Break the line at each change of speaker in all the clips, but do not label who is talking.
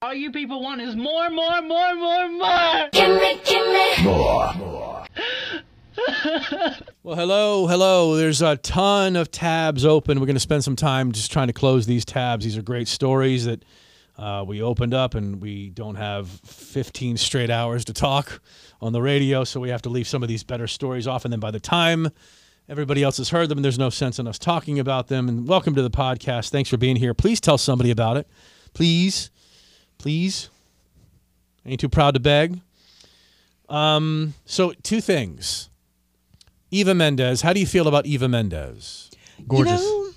All you people want is more, more, more, more, more.
Gimme, gimme.
Well, hello, hello. There's a ton of tabs open. We're going to spend some time just trying to close these tabs. These are great stories that uh, we opened up, and we don't have 15 straight hours to talk on the radio, so we have to leave some of these better stories off. And then by the time everybody else has heard them, there's no sense in us talking about them. And welcome to the podcast. Thanks for being here. Please tell somebody about it. Please, please. Ain't too proud to beg. Um, so, two things. Eva Mendes. How do you feel about Eva Mendes?
Gorgeous.
You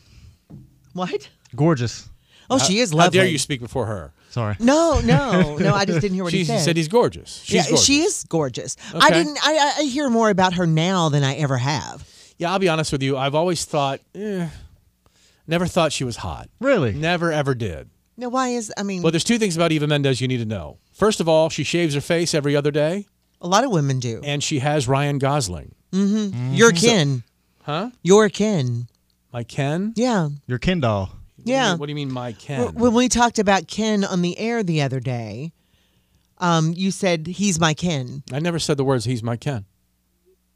know- what?
Gorgeous.
Oh, she is
How
lovely.
dare you speak before her?
Sorry.
No, no, no. I just didn't hear what
She
he said.
said he's gorgeous. She's
yeah,
gorgeous.
she is gorgeous.
Okay.
I didn't. I, I- I hear more about her now than I ever have.
Yeah, I'll be honest with you. I've always thought, eh, never thought she was hot.
Really?
Never ever did.
Now, why is? I mean,
But there's two things about Eva Mendes you need to know. First of all, she shaves her face every other day,
a lot of women do.
and she has Ryan Gosling.
Your kin,
Mm-hmm. Huh?
your kin.
My Ken?
Yeah,
Your Ken doll.
yeah.
What do you mean, my Ken?
W- When we talked about Ken on the air the other day, um, you said he's my Ken.
I never said the words, he's my Ken.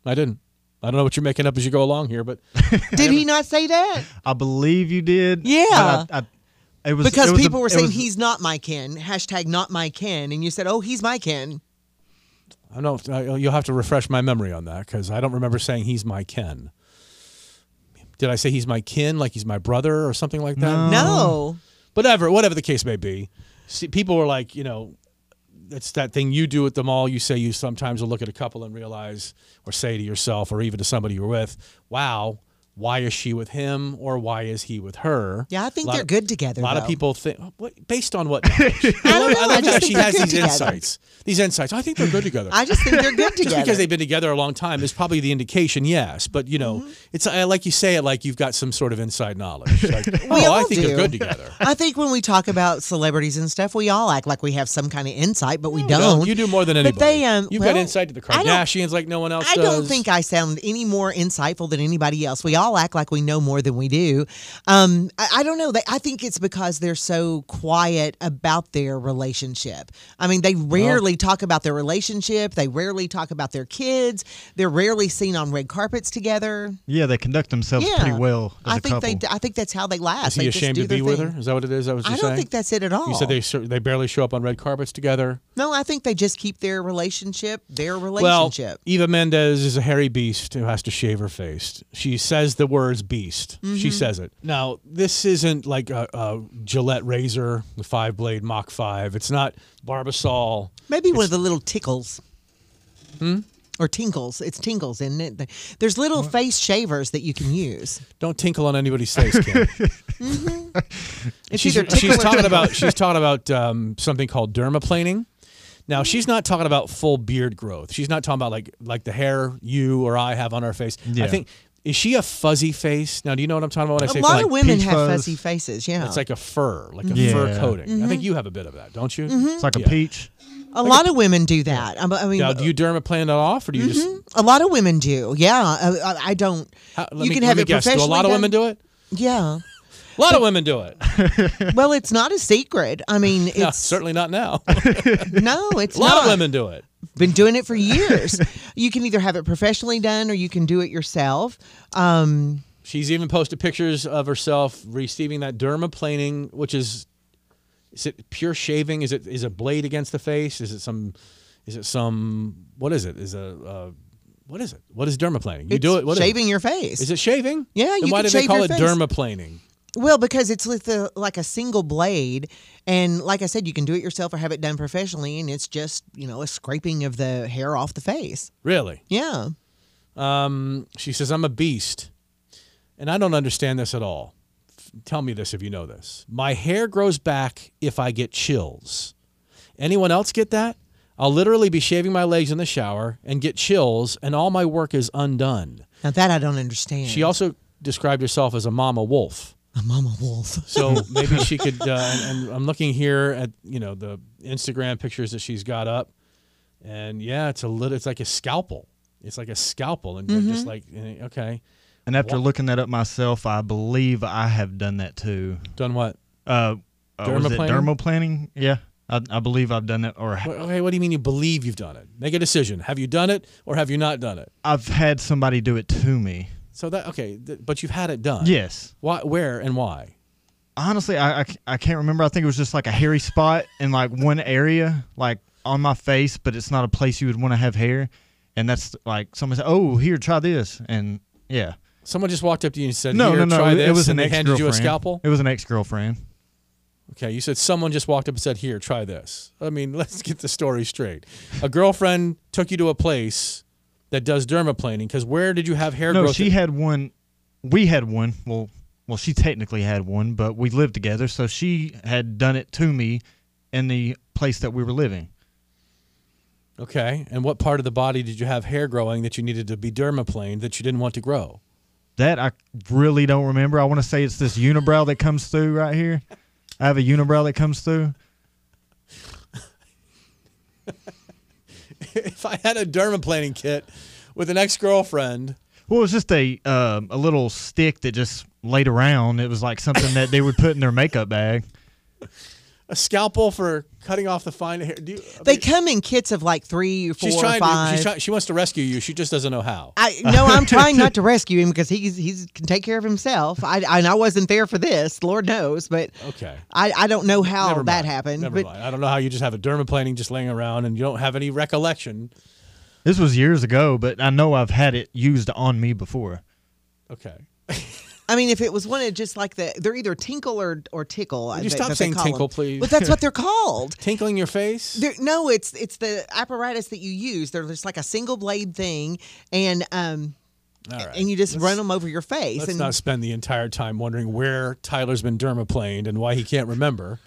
I didn't. I don't know what you're making up as you go along here, but
Did he not say that?
I believe you did. but
Yeah.
I, I, it was
Because
it was a-
people were
it
saying
was-
he's not my Ken. Hashtag not my Ken, and you said, oh, he's my Ken.
I don't. I, you'll have to refresh my memory on that because I don't remember saying he's my kin. Did I say he's my kin, like he's my brother or something like that?
No.
No.
Whatever, whatever the case may be. See, people were like, you know, it's that thing you do at the mall. You say you sometimes will look at a couple and realize, or say to yourself, or even to somebody you're with, "Wow, why is she with him, or why is he with her?"
Yeah, I think
A lot
they're
of-
good together,
A lot of
though.
people think, what, based on what? I, love-
know,
I
I
love
just
how
think
she
they're
has
good
these
together.
insights. These insights. I think they're good together.
I just think they're good together.
Just because they've been together a long time is probably the indication, yes. But you
Mm-hmm.
know, it's uh, like you say it like you've got some sort of inside knowledge. Like, oh, I
all
think they're
do.
good together.
I think when we talk about celebrities and stuff, we all act like we have some kind of insight, but we
You
don't.
You do more than anybody.
But they, um,
you've got
well,
insight to the
I don't-
Kardashians like no one else
I
does.
don't think I sound any more insightful than anybody else. We all act like we know more than we do. Um, I, I don't know. They, I think it's because they're so quiet about their relationship. I mean, they rarely talk about their relationship. They rarely talk about their kids. They're rarely seen on red carpets together.
Yeah, they conduct themselves
Yeah,
pretty well as
I
a
think
couple.
they. I think that's how they last.
Is he
they just
ashamed
do
to
their
be with
thing.
her? Is that what it is? Is That was
I
you
don't
saying?
think that's it at all.
You said they cer- they barely show up on red carpets together.
No, I think they just keep their relationship, their
Well,
relationship.
Eva Mendes is a hairy beast who has to shave her face. She says the words beast.
Mm-hmm.
She says it. Now, this isn't like a, a Gillette razor, the five blade Mach 5. It's not Barbasol.
Maybe one of the little tickles.
Hmm?
Or tinkles. It's tinkles, isn't it? There's little face shavers that you can use.
Don't tinkle on anybody's face, Kim.
It's
she's,
either
she's
tickle or
talking
tinkle.
about she's talking about um, something called dermaplaning. Now
Mm-hmm.
she's not talking about full beard growth. She's not talking about like like the hair you or I have on our face. I
Yeah.
think is she a fuzzy face? Now do you know what I'm talking about when I
A
say
lot
fuzzy?
of women
peach
have
fuzz.
fuzzy faces, yeah.
It's like a fur, like a
Mm-hmm.
Yeah.
fur coating. I think you have a bit of that, don't you?
it's like
Yeah.
a peach.
a lot of women do that. I I mean,
Now, do you dermaplan that off, or do you just?
a lot of women do. Yeah, I, I- I don't.
How, let
you
me,
can
let
have
me
it
guess. Do a
professionally
lot of women do it?
it. Yeah.
A lot of women do it.
Well, it's not a secret. I mean, it's
No, certainly not now.
no, it's
a lot of
not.
women do it.
been doing it for years. you can either have it professionally done or you can do it yourself. Um,
She's even posted pictures of herself receiving that dermaplaning, which is is it pure shaving? Is it is a blade against the face? Is it some? Is it some? What is it? Is a uh, what is it? What is dermaplaning? You
it's
do it. What is it?
shaving your face.
Is it shaving?
Yeah,
Then
you
why
can
do they
shave
call
your
it
face.
dermaplaning?
Well, because it's with the, like a single blade, and like I said, you can do it yourself or have it done professionally, and it's just you know a scraping of the hair off the face.
Really?
Yeah,
Um, she says, I'm a beast. And I don't understand this at all. F- Tell me this if you know this. My hair grows back if I get chills. Anyone else get that? I'll literally be shaving my legs in the shower and get chills, and all my work is undone.
now that I don't understand.
She also described herself as a mama wolf.
a mama wolf.
So maybe she could. Uh, and, and I'm looking here at you know the Instagram pictures that she's got up, and yeah, it's a little. It's like a scalpel. It's like a scalpel, and you're just like eh, okay,
And after looking that up myself, I believe I have done that too.
done what?
Uh, uh, was it
Dermaplaning?
dermal planning? Yeah. I, I believe I've done it, or
Wha- Okay, what do you mean you believe you've done it? Make a decision. Have you done it or have you not done it?
I've had somebody do it to me.
So that okay, th- but you've had it done.
Yes.
Why? Where and why?
Honestly, I, I c- I can't remember. I think it was just like a hairy spot in like one area, like on my face, but it's not a place you would want to have hair. And that's like someone said, "Oh, here, try this," and yeah.
Someone just walked up to you and said,
No,
Here,
no, no.
Try
It,
this,
it was
and
an
they
ex
handed
girlfriend.
you a scalpel.
It was an ex girlfriend.
Okay, you said someone just walked up and said, "Here, try this." I mean, let's get the story straight. A girlfriend took you to a place that does dermaplaning because where did you have hair
No,
growth?
she had one. We had one. Well, well, she technically had one, but we lived together, so she had done it to me in the place that we were living.
okay, and what part of the body did you have hair growing that you needed to be dermaplaned that you didn't want to grow?
That I really don't remember. I want to say it's this unibrow that comes through right here. I have a unibrow that comes through.
if I had a dermaplaning kit with an ex-girlfriend,
Well, it was just a um a little stick that just laid around. It was like something that they would put in their makeup bag.
a scalpel for cutting off the fine hair. Do you, I
They
mean,
come in kits of like three, four,
she's trying.
five.
To, she's try, she wants to rescue you. She just doesn't know how.
I no, I'm trying not to rescue him because he's he's can take care of himself. I, I and I wasn't there for this, Lord knows, but
Okay.
I, I don't know how
Never mind.
that happened.
Never
but
mind. I don't know how you just have a dermaplaning just laying around and you don't have any recollection.
This was years ago, but I know I've had it used on me before.
Okay.
I mean, if it was one of just like the they're either tinkle or or tickle.
Would
I
you
bet
stop
that they
saying
call
tinkle,
'em.
please?
But that's what they're called.
Tinkling your face.
They're, no, it's it's the apparatus that you use. They're just like a single blade thing, and um,
All right.
and you just
Let's-
run them over your face.
Let's
and
not spend the entire time wondering where Tyler's been dermaplaned and why he can't remember.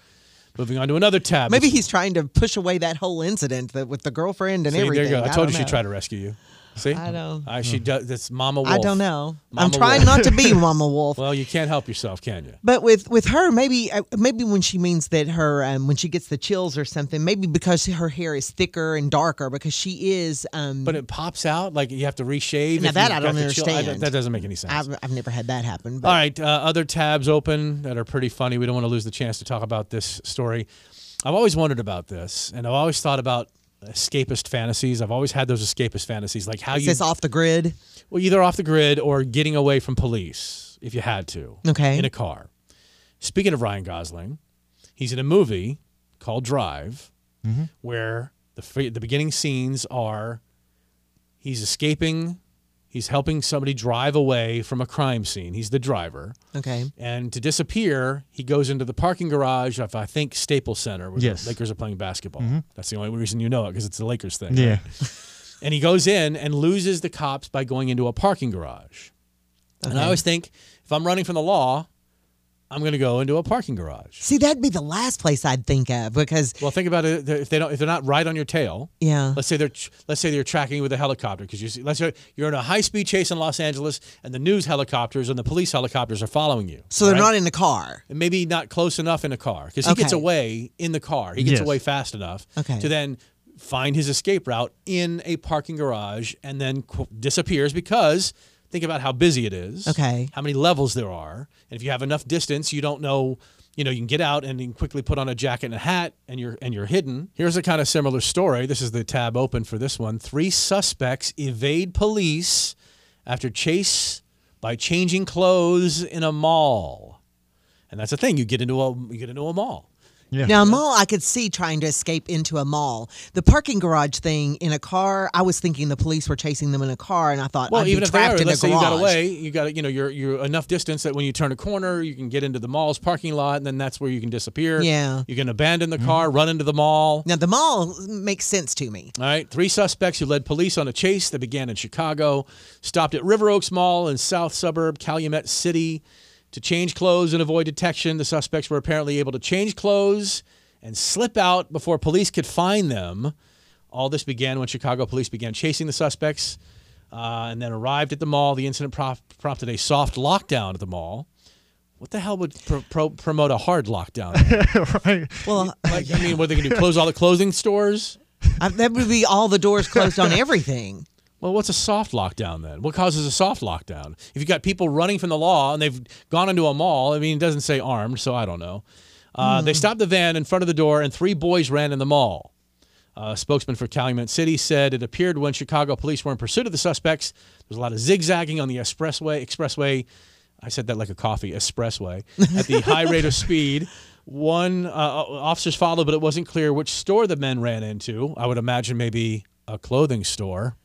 Moving on to another tab.
maybe
It's-
he's trying to push away that whole incident that, with the girlfriend and
See,
everything.
There you go. I told
don't
you
know.
she tried to rescue you. See,
I don't-
I, she does. That's Mama Wolf.
I don't know. I'm
Mama
trying
Wolf.
not to be Mama Wolf.
Well, you can't help yourself, can you?
But with with her, maybe uh, maybe when she means that her um, when she gets the chills or something, maybe because her hair is thicker and darker because she is. Um,
But it pops out like you have to reshave.
Now
if
that
you've
I don't
got the chill-
understand.
that doesn't make any sense.
I've, I've never had that happen. But
All right, uh, other tabs open that are pretty funny. We don't want to lose the chance to talk about this story. I've always wondered about this, and I've always thought about escapist fantasies. I've always had those escapist fantasies, like how
is
you
this off the grid?
well, either off the grid or getting away from police if you had to.
Okay.
In a car. Speaking of Ryan Gosling, he's in a movie called Drive,
Mm-hmm.
where the f- the beginning scenes are he's escaping, he's helping somebody drive away from a crime scene. He's the driver,
Okay.
and to disappear, he goes into the parking garage of I think Staples Center, where
Yes. Mm-hmm.
the Lakers are playing basketball. That's the only reason you know it because it's the Lakers thing. right?
Yeah.
And he goes in and loses the cops by going into a parking garage. And I always think if I'm running from the law, I'm going to go into a parking garage.
See, that'd be the last place I'd think of because
Well, think about it. If they don't, if they're not right on your tail,
yeah,
let's say they're tr- let's say they're tracking you with a helicopter because you see, let's say you're in a high speed chase in Los Angeles and the news helicopters and the police helicopters are following you.
so they're
right?
not in the car.
and maybe not close enough in a car because he gets
Okay.
away in the car. He gets
Yes.
away fast enough
Okay.
to then find his escape route in a parking garage and then qu- disappears because think about how busy it is.
Okay.
How many levels there are. And if you have enough distance, you don't know, you know, you can get out and then quickly put on a jacket and a hat and you're and you're hidden. Here's a kind of similar story. This is the tab open for this one. Three suspects evade police after chase by changing clothes in a mall. And that's the thing. You get into a you get into a mall.
Yeah.
Now, a mall, I could see trying to escape into a mall. The parking garage thing in a car, I was thinking the police were chasing them in a car, and I thought,
Well,
I'd
even
be
if they
trapped
are,
in
let's
a
say you
garage.
got away, you got you know you're you're enough distance that when you turn a corner, you can get into the mall's parking lot, and then that's where you can disappear.
Yeah.
you can abandon the car, run into the mall.
Now, the mall makes sense to me.
All right, three suspects who led police on a chase that began in Chicago stopped at River Oaks Mall in South Suburb Calumet City to change clothes and avoid detection. The suspects were apparently able to change clothes and slip out before police could find them. All this began when Chicago police began chasing the suspects uh, and then arrived at the mall. The incident prof- prompted a soft lockdown at the mall. What the hell would pro- pro- promote a hard lockdown?
right.
Well,
like, I mean, what are they going to do? Close all the clothing stores?
I, that would be all the doors closed on everything.
Well, what's a soft lockdown then? What causes a soft lockdown? If you've got people running from the law and they've gone into a mall, I mean, it doesn't say armed, so I don't know. Uh, They stopped the van in front of the door, and three boys ran in the mall. A spokesman for Calumet City said it appeared when Chicago police were in pursuit of the suspects, there was a lot of zigzagging on the expressway. Expressway, I said that like a coffee expressway at the high rate of speed. One uh, officers followed, but it wasn't clear which store the men ran into. I would imagine maybe a clothing store.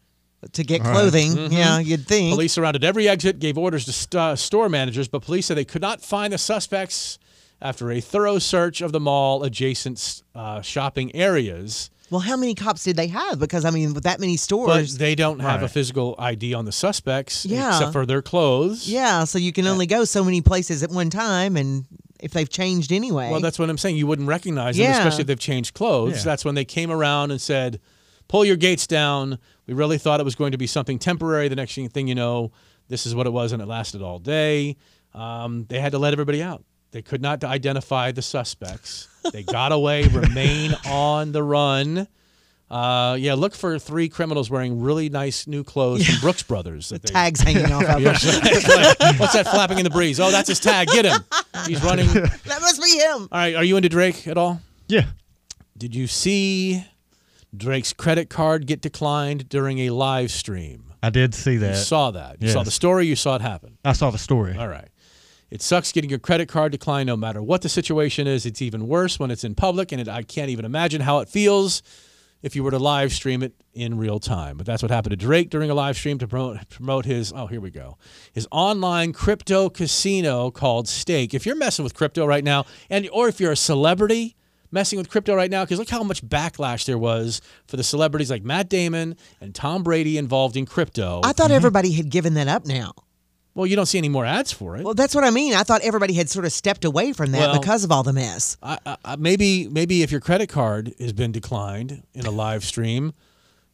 to get clothing. Yeah, you'd think.
Mm-hmm. Police surrounded every exit, gave orders to st- uh, store managers, but police said they could not find the suspects after a thorough search of the mall adjacent uh, shopping areas.
Well, how many cops did they have? Because I mean, with that many
But
stores,
they don't have a
Right.
physical ID on the suspects,
Yeah.
except for their clothes.
yeah. So you can only go so many places at one time, and if they've changed anyway,
Well, that's what I'm saying. You wouldn't recognize them,
Yeah.
especially if they've changed clothes.
Yeah.
That's when they came around and said, "Pull your gates down." We really thought it was going to be something temporary. The next thing you know, this is what it was, and it lasted all day. Um, they had to let everybody out. They could not identify the suspects. They got away. remain on the run. Uh, yeah, look for three criminals wearing really nice new clothes from Brooks Brothers. That they-
tags hanging off of them.
What's that flapping in the breeze? Oh, that's his tag. Get him. He's running. All
That must be him.
right, are you into Drake at all?
Yeah.
Did you see Drake's credit card get declined during a live stream?
I did see
You
that.
saw that. You saw
Uh, yes.
the story. You saw it happen.
I saw the story.
All right. It sucks getting your credit card declined no matter what the situation is. It's even worse when it's in public, and it, I can't even imagine how it feels if you were to live stream it in real time. But that's what happened to Drake during a live stream to promote, promote his, oh, here we go, his online crypto casino called Stake. If you're messing with crypto right now, and or if you're a celebrity, messing with crypto right now because look how much backlash there was for the celebrities like Matt Damon and Tom Brady involved in crypto.
I thought everybody had given that up now.
well, you don't see any more ads for it.
Well, that's what I mean. I thought everybody had sort of stepped away from that
Well-
because of all the mess.
I, I, I- maybe maybe if your credit card has been declined in a live stream,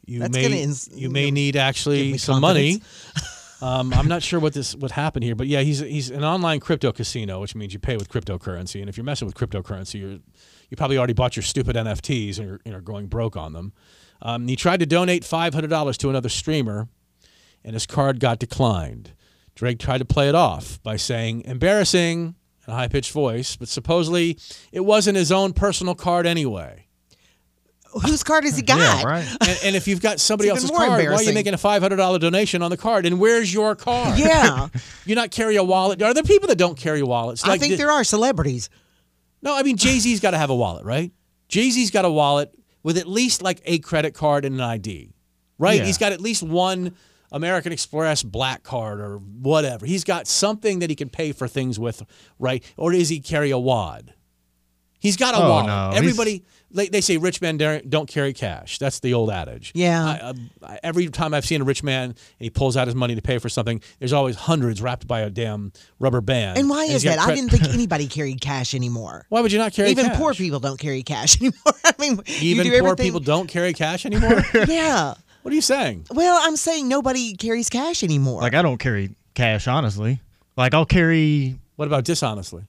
you
That's
may
gonna ins-
you may
give
need actually
me
some money. Um, I'm not sure what this what happened here, but yeah, he's he's an online crypto casino, which means you pay with cryptocurrency, and if you're messing with cryptocurrency, you're you probably already bought your stupid NFTs and you're, and are going broke on them. Um, he tried to donate five hundred dollars to another streamer, and his card got declined. Drake tried to play it off by saying embarrassing in a high pitched voice, but supposedly it wasn't his own personal card anyway.
Whose card has he got?
Yeah, right.
And, and if you've got somebody
It's
else's
even more
card, why are you
embarrassing.
making a five hundred dollar donation on the card? And where's your card?
Yeah.
you not carry a wallet. Are there people that don't carry wallets?
I think
thi-
there are celebrities.
No, I mean Jay Z's got to have a wallet, right? Jay Z's got a wallet with at least like a credit card and an ID, right?
Yeah.
He's got at least one American Express black card or whatever. He's got something that he can pay for things with, right? Or does he carry a wad? He's got a
Oh,
wallet.
no, he's-
Everybody, they, they say rich men dar- don't carry cash. That's the old adage.
Yeah.
I, um, I, I- every time I've seen a rich man and he pulls out his money to pay for something, there's always hundreds wrapped by a damn rubber band.
And why
he's
is
got
that? I
cre-
didn't think anybody carried cash anymore.
Why would you not carry
Even
cash?
poor people don't carry cash anymore. I mean,
Even
you
poor
do everything.
people don't carry cash anymore.
yeah.
what are you saying?
Well, I'm saying nobody carries cash anymore.
Like I don't carry cash, honestly. Like I'll carry
What about dishonestly?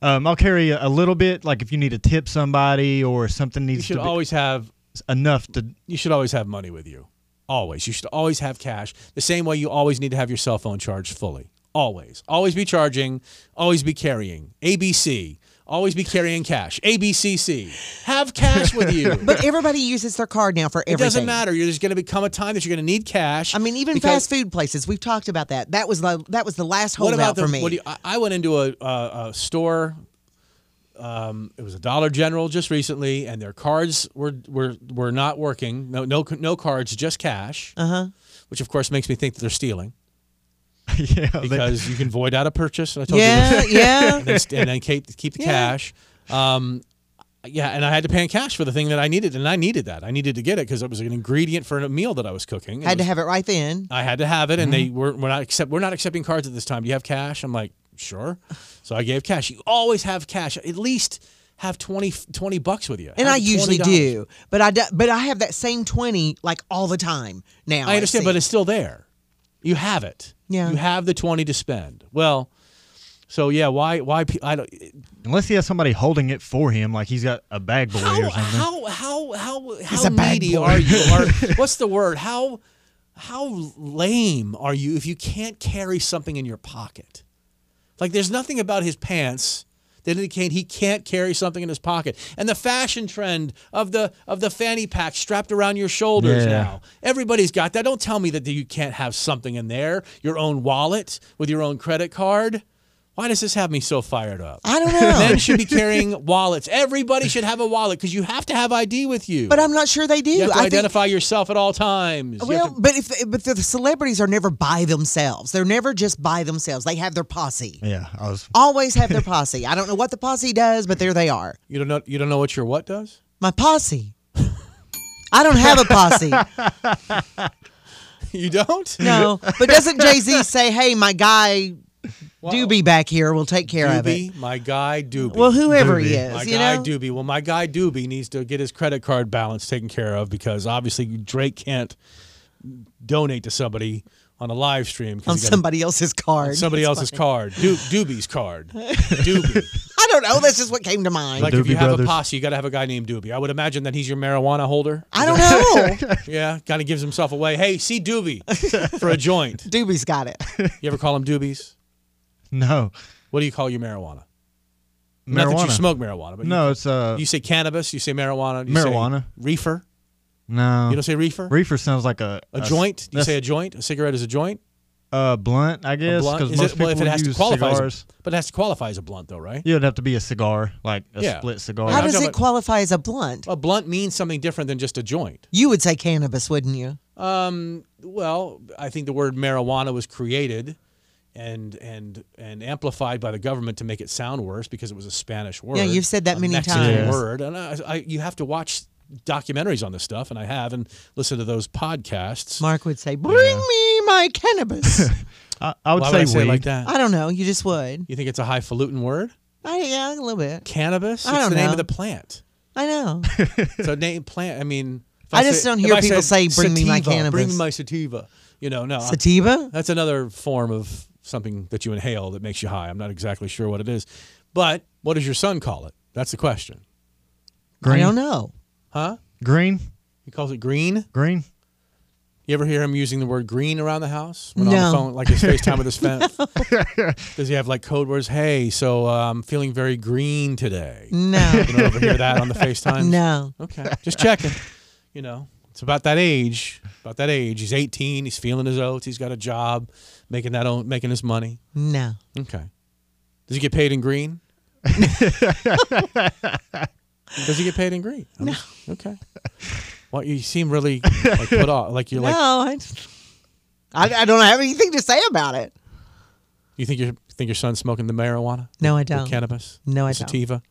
um, I'll carry a a little bit, like if you need to tip somebody or something
You
needs to
should
be
always have
enough to
you should always have money with you. Always. You should always have cash. The same way you always need to have your cell phone charged fully. Always. Always be charging. Always be carrying. ABC. Always be carrying cash. ABCC. Have cash with you.
but everybody uses their card now for
it
everything.
doesn't matter. You're, there's going to become a time that you're going to need cash.
I mean, even
because-
fast food places. We've talked about that. That was the, that was the last holdout
the,
for me.
What do you, I, I went into a, a, a store. Um, it was a Dollar General just recently, and their cards were were were not working. No no no cards, just cash. Uh
Uh-huh.
huh. Which of course makes me think that they're stealing
yeah, they-
because you can void out a purchase. And I told you
yeah,
this,
yeah.
and then, st- and then keep keep the cash. Um, yeah, and I had to pay in cash for the thing that I needed, and I needed that. I needed to get it because it was an ingredient for a meal that I was cooking. and it
Had to
was-
have it right then.
I had to have it, and
Mm-hmm.
they were we're not accept we're not accepting cards at this time. Do you have cash? I'm like, sure. So I gave cash. You always have cash. At least have 20, 20 bucks with you.
and
Have
I usually
$20.
do, but I do, but I have that same twenty like all the time now.
I understand, but
seems.
it's still there. You have it.
Yeah.
You have the twenty to spend. Well, so yeah. Why? Why? pe- I don't.
unless he has somebody holding it for him, like he's got a bag boy
How?
or something.
How? How? How?
He's
How
a bad
needy
boy.
are you? Or what's the word? How? How lame are you if you can't carry something in your pocket? Like there's nothing about his pants that indicate he can't carry something in his pocket. And the fashion trend of the of the fanny pack strapped around your shoulders
Yeah.
now. Everybody's got that. Don't tell me that you can't have something in there, your own wallet with your own credit card. Why does this have me so fired up?
I don't know.
Men should be carrying wallets. Everybody should have a wallet because you have to have ID with you.
But I'm not sure they do.
you have to
I think
identify yourself at all times. You have
Well,
to-
but if but the celebrities are never by themselves. They're never just by themselves. They have their posse.
Yeah, I was.
Always have their posse. I don't know what the posse does, but there they are.
you don't know. You don't know what your what does.
My posse. I don't have a posse.
You don't.
No, but doesn't Jay Z say, "Hey, my guy Doobie back here will take care of it."
Doobie, my guy Doobie.
Well, whoever he
Doobie.
is,
my
you
guy
know.
Doobie. Well, my guy Doobie needs to get his credit card balance taken care of because obviously Drake can't donate to somebody on a live stream 'cause
on
he got
somebody else's card.
somebody
It's
else's
funny.
card. Do- Doobie's card. Doobie.
I don't know. That's just what came to mind.
Like if
Doobie
you have
Brothers.
a posse, you got to have a guy named Doobie. I would imagine that he's your marijuana holder.
I don't know.
Yeah, kind of gives himself away. Hey, see Doobie for a joint.
Doobie's got it.
You ever call him Doobies?
No,
What do you call your marijuana? Not that
marijuana.
you smoke marijuana, but
no,
you,
it's uh.
you say cannabis, you say marijuana, you say
Marijuana.
reefer.
no.
You don't say reefer.
reefer sounds like a
a joint? Do you
that's-
say a joint? A cigarette is a joint.
uh, blunt, I
A
guess,
blunt?
because
Is
most
it, well, if
people
it has
use
to qualify, as
cigars.
a, but it has to qualify as a blunt, though, right?
Yeah, it'd have to be a cigar, like a
Yeah.
split cigar.
How
I'm
does
talking
it
about-
qualify as a blunt?
A blunt means something different than just a joint.
You would say cannabis, wouldn't you?
Um, well, I think the word marijuana was created and and and amplified by the government to make it sound worse because it was a Spanish word.
you've said that
a
many
Mexican
times.
Word, and I, I, you have to watch documentaries on this stuff, and I have, and listen to those podcasts.
Mark would say, "Bring me my cannabis."
I, I would
Why
say
would I say it
weed.
like that?
I don't know. You just would.
You think it's a highfalutin word?
I, yeah, a little bit.
Cannabis.
I
it's
don't
the name
know.
of the plant.
I know.
So name plant. I mean, if
I just don't
if
hear
I
people
said
say, "Bring me my
sativa, Bring me
cannabis."
my sativa. You know, no. I-
Sativa.
that's another form of something that you inhale that makes you high. I'm not exactly sure what it is, but what does your son call it? That's the question,
I
Green,
don't know.
huh?
green,
He calls it green.
green.
You ever hear him using the word green around the house when on
No.
the phone, like his FaceTime with his fan? Does he have like code words? Hey, so uh, I'm feeling very green today.
No.
You don't ever hear that on the FaceTime?
no.
Okay. Just checking. You know, it's about that age. About that age. He's 18. He's feeling his oats. He's got a job, making that own, making his money.
No.
Okay. Does he get paid in green? Does he get paid in green? No. okay. Well, you seem really like put off. Like you're like
no. I, just- I, I don't have anything to say about it.
you think your think your son's smoking the marijuana,
No, I
the
don't.
cannabis,
No, I
the
don't.
sativa,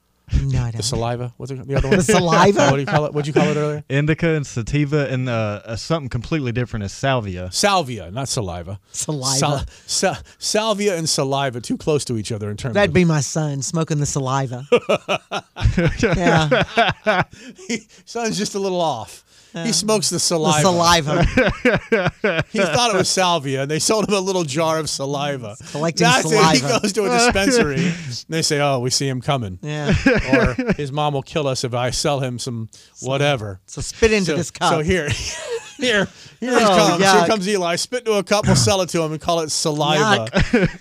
No, I
the
don't.
saliva. What's it, the other one?
The saliva?
What do you call it? What'd you call it earlier?
Indica and sativa and uh, uh, something completely different is salvia.
Salvia, not saliva.
Saliva.
Sal- sa- salvia and saliva too close to each other in terms
That'd
of
be my son smoking the saliva. yeah, the
son's just a little off. He smokes the saliva.
saliva.
He thought it was salvia, and they sold him a little jar of saliva.
Collecting
That's it. He
saliva.
goes to a dispensary. and they say, "Oh, we see him coming,"
Yeah,
or his mom will kill us if I sell him some whatever.
so spit into
so,
this cup.
so here, here, here he
Oh,
comes. Here
yuck.
comes Eli. Spit into a cup. We'll sell it to him and call it saliva.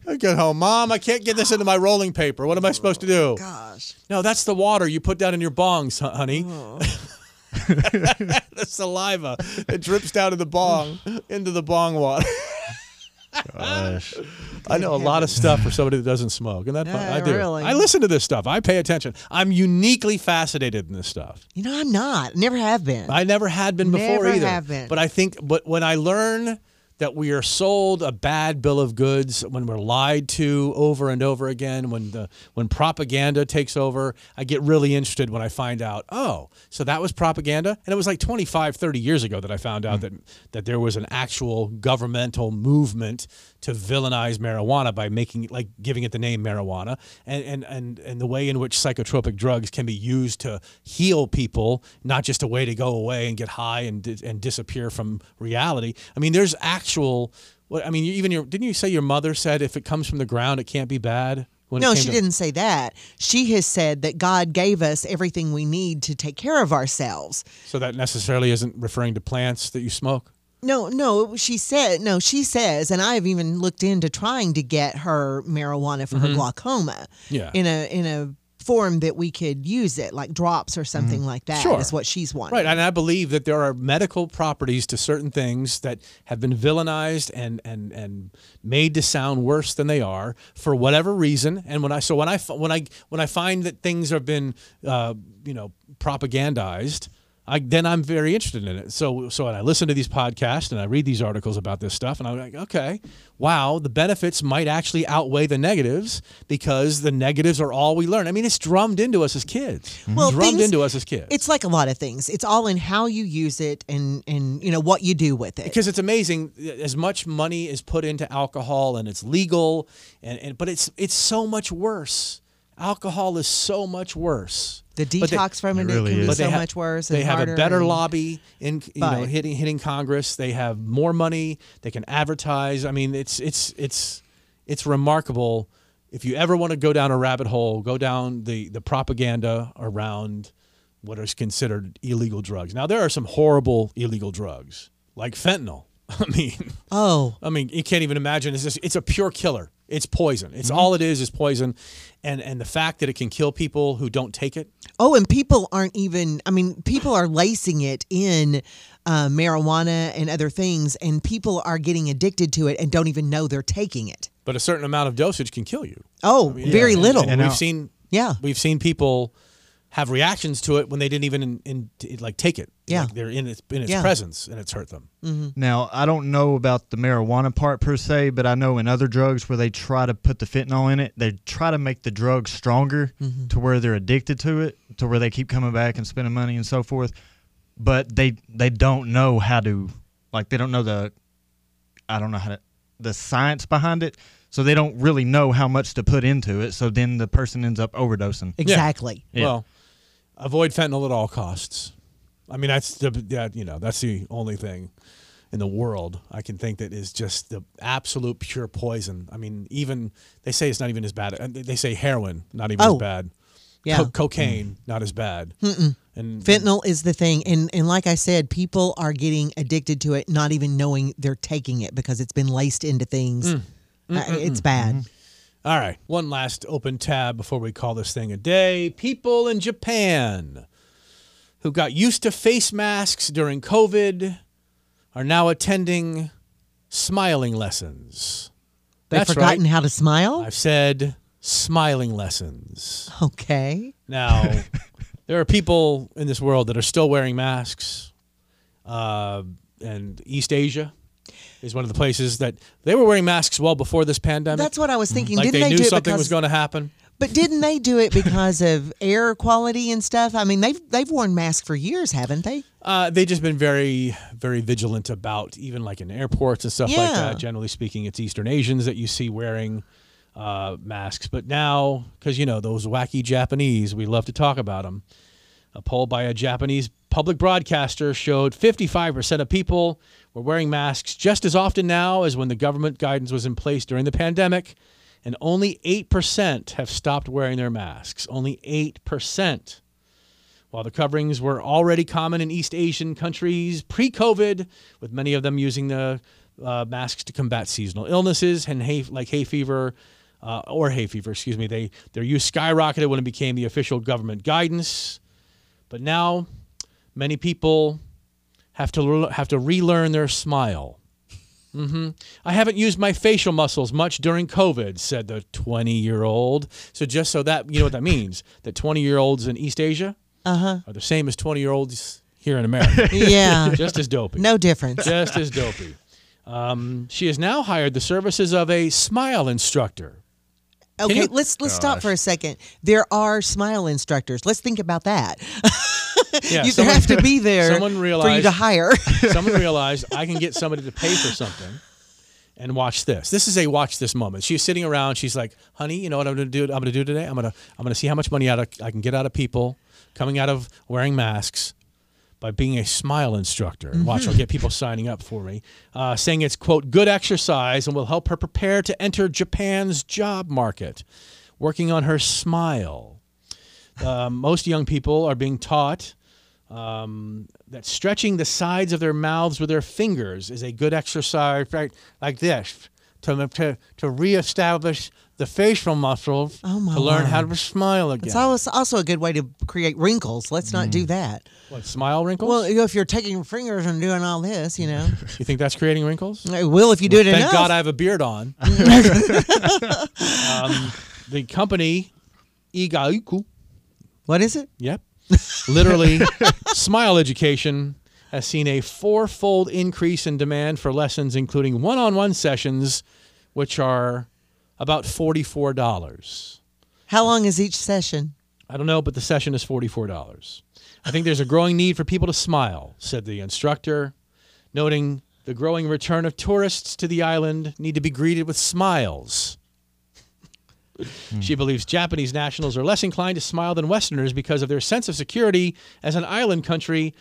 I get home, mom. I can't get this into my rolling paper. What am I supposed to
Oh,
do?
Gosh,
No, that's the water you put down in your bongs, hu- honey.
Oh.
the saliva that drips down to the bong into the bong water. Ah.
Gosh.
I know a lot of stuff for somebody that doesn't smoke, and that
Yeah,
I do.
really.
I listen to this stuff. I pay attention. I'm uniquely fascinated in this stuff.
you know I'm not. Never have been.
I never had been before
Never
either.
have been.
But I think, but when I learn that we are sold a bad bill of goods, when we're lied to over and over again, when the when propaganda takes over, I get really interested when I find out, oh, so that was propaganda, and it was like 25, 30 years ago that I found out that that there was an actual governmental movement to villainize marijuana by making like giving it the name marijuana and and and, and the way in which psychotropic drugs can be used to heal people not just a way to go away and get high and dis- and disappear from reality i mean there's actual what i mean you- even your didn't you say your mother said if it comes from the ground it can't be bad When it
no,
came
she
to-
didn't say that. She has said that God gave us everything we need to take care of ourselves.
so that necessarily isn't referring to plants that you smoke
No, no, she said, no, she says, and I have even looked into trying to get her marijuana for her glaucoma
Mm-hmm. Yeah.
in a in a form that we could use it, like drops or something like that. Is
Mm-hmm. Sure.
what she's wanting.
Right, and I believe that there are medical properties to certain things that have been villainized and and and made to sound worse than they are for whatever reason. And when I so when I f- when I when I find that things have been uh, you know propagandized, I then I'm very interested in it. So so and I listen to these podcasts and I read these articles about this stuff, and I'm like, okay, wow, the benefits might actually outweigh the negatives because the negatives are all we learn. I mean, it's drummed into us as kids.
Well,
drummed
things-
into us as kids.
It's like a lot of things. It's all in how you use it and and you know what you do with it.
because it's amazing as much money is put into alcohol and it's legal and, and but it's it's so much worse alcohol is so much worse
The
But they-
detox from
It
it,
really
can be
but
so
they ha-
much worse.
They
and
have a
harder
better
and-
lobby in you know
But-
hitting hitting Congress. They have more money. They can advertise. I mean, it's it's it's it's remarkable. If you ever want to go down a rabbit hole, go down the the propaganda around what is considered illegal drugs. Now there are some horrible illegal drugs like fentanyl. I mean,
Oh,
I mean, you can't even imagine. It's just, it's a pure killer. It's poison. It's
Mm-hmm.
all it is is poison, and and the fact that it can kill people who don't take it.
oh, and people aren't even. I mean, people are lacing it in uh, marijuana and other things, and people are getting addicted to it and don't even know they're taking it.
But a certain amount of dosage can kill you.
Oh, very
and-
little.
And,
And
we've
now-
seen
Yeah.
we've seen people have reactions to it when they didn't even in, in, like take it.
Yeah.
Like, they're in its in its
Yeah.
presence and it's hurt them.
Now, I don't know about the marijuana part per se, but I know in other drugs where they try to put the fentanyl in it, they try to make the drug stronger to where they're addicted to it, to where they keep coming back and spending money and so forth. But they they don't know how to like they don't know the I don't know how to the science behind it, so they don't really know how much to put into it. So then the person ends up overdosing.
Exactly.
Yeah.
Well, avoid fentanyl at all costs. I mean, that's the that, you know that's the only thing in the world I can think that is just the absolute pure poison. I mean, even they say it's not even as bad. and They they say heroin not even
Oh.
as bad.
Yeah.
Co- cocaine not as bad. And
Fentanyl is the thing, and and like I said, people are getting addicted to it, not even knowing they're taking it because it's been laced into things. Uh, it's bad.
All right, one last open tab before we call this thing a day. People in Japan who got used to face masks during COVID are now attending smiling lessons.
They've
That's
forgotten
right.
how to smile.
I've said smiling lessons.
Okay.
Now, there are people in this world that are still wearing masks, uh, and East Asia is one of the places that they were wearing masks well before this pandemic.
That's what I was thinking.
like
didn't
they,
they,
knew
do it
something
because?
was going to happen.
but didn't they do it because of air quality and stuff? I mean, they've they've worn masks for years, haven't they?
Uh, they've just been very, very vigilant about even like in airports and stuff like
Yeah.
that. Generally speaking, it's Eastern Asians that you see wearing uh, masks. But now, because you know those wacky Japanese, we love to talk about them. A poll by a Japanese public broadcaster showed 55% of people were wearing masks just as often now as when the government guidance was in place during the pandemic, and only 8% have stopped wearing their masks. Only 8%. While the coverings were already common in East Asian countries pre COVID, with many of them using the uh, masks to combat seasonal illnesses and hay, like hay fever uh, or hay fever, excuse me, they, their use skyrocketed when it became the official government guidance. But now many people have to, rel- have to relearn their smile. Mm-hmm. I haven't used my facial muscles much during COVID, said the 20 year old. So, just so that you know what that means, that 20 year olds in East Asia are the same as 20 year olds here in America.
Yeah.
just as dopey.
no difference.
Just as dopey. Um, she has now hired the services of a smile instructor.
Okay,
you-
let's let's stop for a second. There are smile instructors. Let's think about that.
Yeah,
you
someone-
have to be there
someone
for you
realized-
to hire.
someone realized I can get somebody to pay for something and watch this. This is a watch this moment. She's sitting around. She's like, honey, you know what I'm going to do? I'm going to do today. I'm going to, I'm going to see how much money out of, I can get out of people coming out of wearing masks by being a smile instructor. And watch, I'll
Mm-hmm.
get people signing up for me, uh, saying it's quote, good exercise and will help her prepare to enter Japan's job market, working on her smile. Uh, most young people are being taught um, that stretching the sides of their mouths with their fingers is a good exercise, right? Like this, to to, to reestablish the facial muscles
Oh, my
to learn how
word.
to smile again.
It's also, also a good way to create wrinkles. Let's not
Mm.
do that.
what smile wrinkles?
Well, you know, if you're taking your fingers and doing all this, you know,
you think that's creating wrinkles?
it will if you do it
Thank
enough.
God I have a beard on. um, the company, Igaiku,
what is it?
yep, literally, Smile Education has seen a fourfold increase in demand for lessons, including one on one sessions, which are about $44.
How long is each session?
I don't know, but the session is $44. I think there's a growing need for people to smile, said the instructor, noting the growing return of tourists to the island need to be greeted with smiles. She believes Japanese nationals are less inclined to smile than Westerners because of their sense of security as an island country,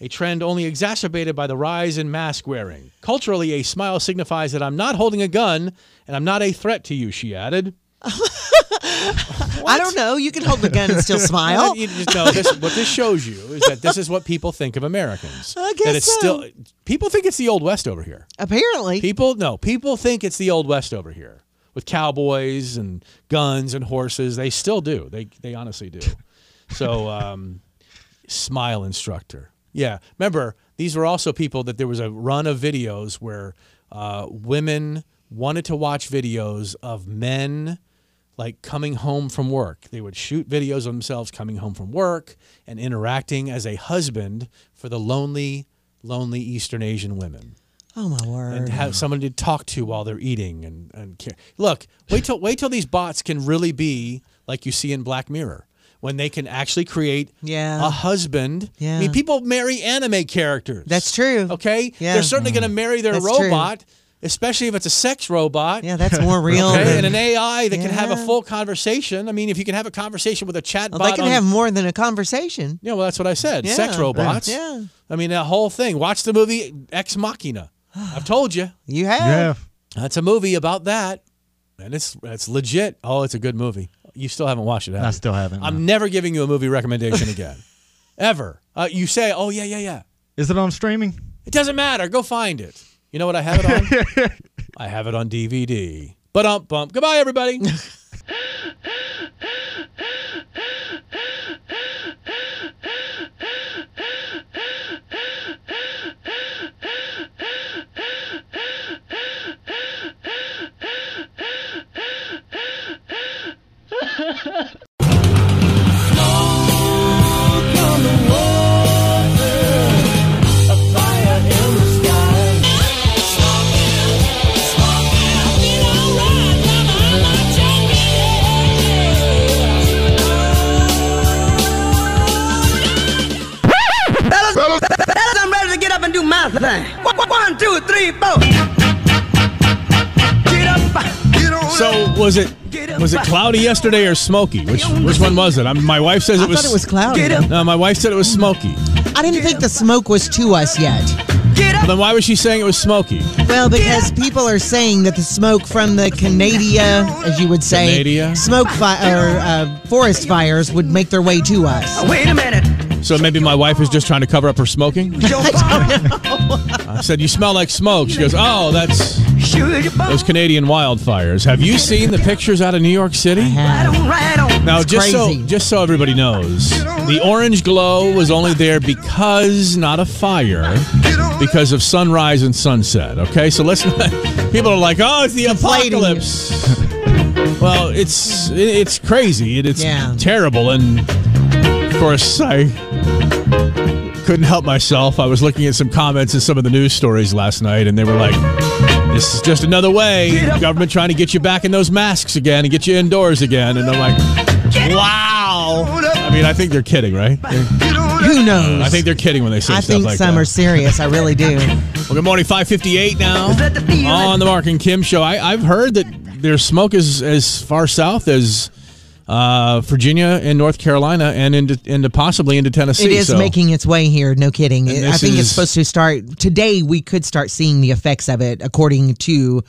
a trend only exacerbated by the rise in mask wearing. Culturally, a smile signifies that I'm not holding a gun and I'm not a threat to you, she added.
I don't know. You can hold the gun and still smile.
Well, you just know this, what this shows you is that this is what people think of Americans.
I guess
that it's
so.
still people think it's the old west over here.
Apparently,
People no, people think it's the old west over here with cowboys and guns and horses. They still do. They they honestly do. So um, smile instructor. Yeah, remember these were also people that there was a run of videos where uh, women wanted to watch videos of men like coming home from work. They would shoot videos of themselves coming home from work and interacting as a husband for the lonely, lonely Eastern Asian women
oh my word!
and have someone to talk to while they're eating and and care. look wait till wait till these bots can really be like you see in Black Mirror when they can actually create
Yeah.
a husband. I
Yeah.
mean people marry anime characters.
That's true.
Okay,
Yeah. Mm.
they're certainly going to marry their
That's true.
robot, especially if it's a sex robot.
yeah, that's more real.
Okay,
than-
and an AI that can have a
Yeah.
full conversation. I mean, if you can have a conversation with a chat
well,
bot,
they can
on-
have more than a conversation.
yeah, well, that's what I said. Sex
Yeah.
robots.
Yeah.
I mean, that whole thing. Watch the movie Ex Machina. I've told you.
You have.
Yeah.
That's a movie about that, and it's it's legit. Oh, it's a good movie. You still haven't watched it. Have
I
you?
still haven't.
I'm never giving you a movie recommendation again, ever. Uh, you say, "Oh yeah, yeah, yeah."
Is it on streaming?
It doesn't matter. Go find it. You know what I have it on? I have it on DVD. But ump bump. Goodbye, everybody.
Fellas, fellas, I'm ready to get up and do my thing. One, one, two, three, four. Get up, get on up.
so was it was it cloudy yesterday or smoky? Which which one was it? I'm, my wife says
I
it was.
thought it was cloudy.
Get up,
no, my wife said it was smoky.
I didn't think the smoke was to us yet.
get up.
Then why was she saying it was smoky?
Well, because people are saying that the smoke from the Canadia, as you would say,
Canadia?
smoke fire, uh, forest fires would make their way to us.
Wait a minute.
So maybe my wife is just trying to cover up her smoking.
Your bum,
I said, "You smell like smoke." She goes, "Oh, that's
shoot your bum.
those Canadian wildfires." Have you seen the pictures out of New York City?
Right on, right on.
Now,
It's
just so
crazy.
just so everybody knows, the orange glow was only there because not a fire, because of sunrise and sunset. Okay, so let's. People are like, "Oh, it's the
Inflating.
apocalypse." Well, it's it- it's crazy. It, it's
Yeah.
terrible, and of course, I couldn't help myself. I was looking at some comments in some of the news stories last night, and they were like. This is just another way. The government trying to get you back in those masks again and get you indoors again. And I'm like, wow. I mean, I think they're kidding, right? Oh,
Who knows?
I think they're kidding when they say
I
stuff
think
like
some
that.
are serious. I really do.
well, good morning, 558 now
that the feeling?
on the Mark and Kim show. I, I've heard that there's smoke as, as far south as uh, Virginia and North Carolina and into, into possibly into Tennessee.
It is
so-
making its way here. No kidding.
And
I
this
think
is-
it's supposed to start today. We could start seeing the effects of it, according to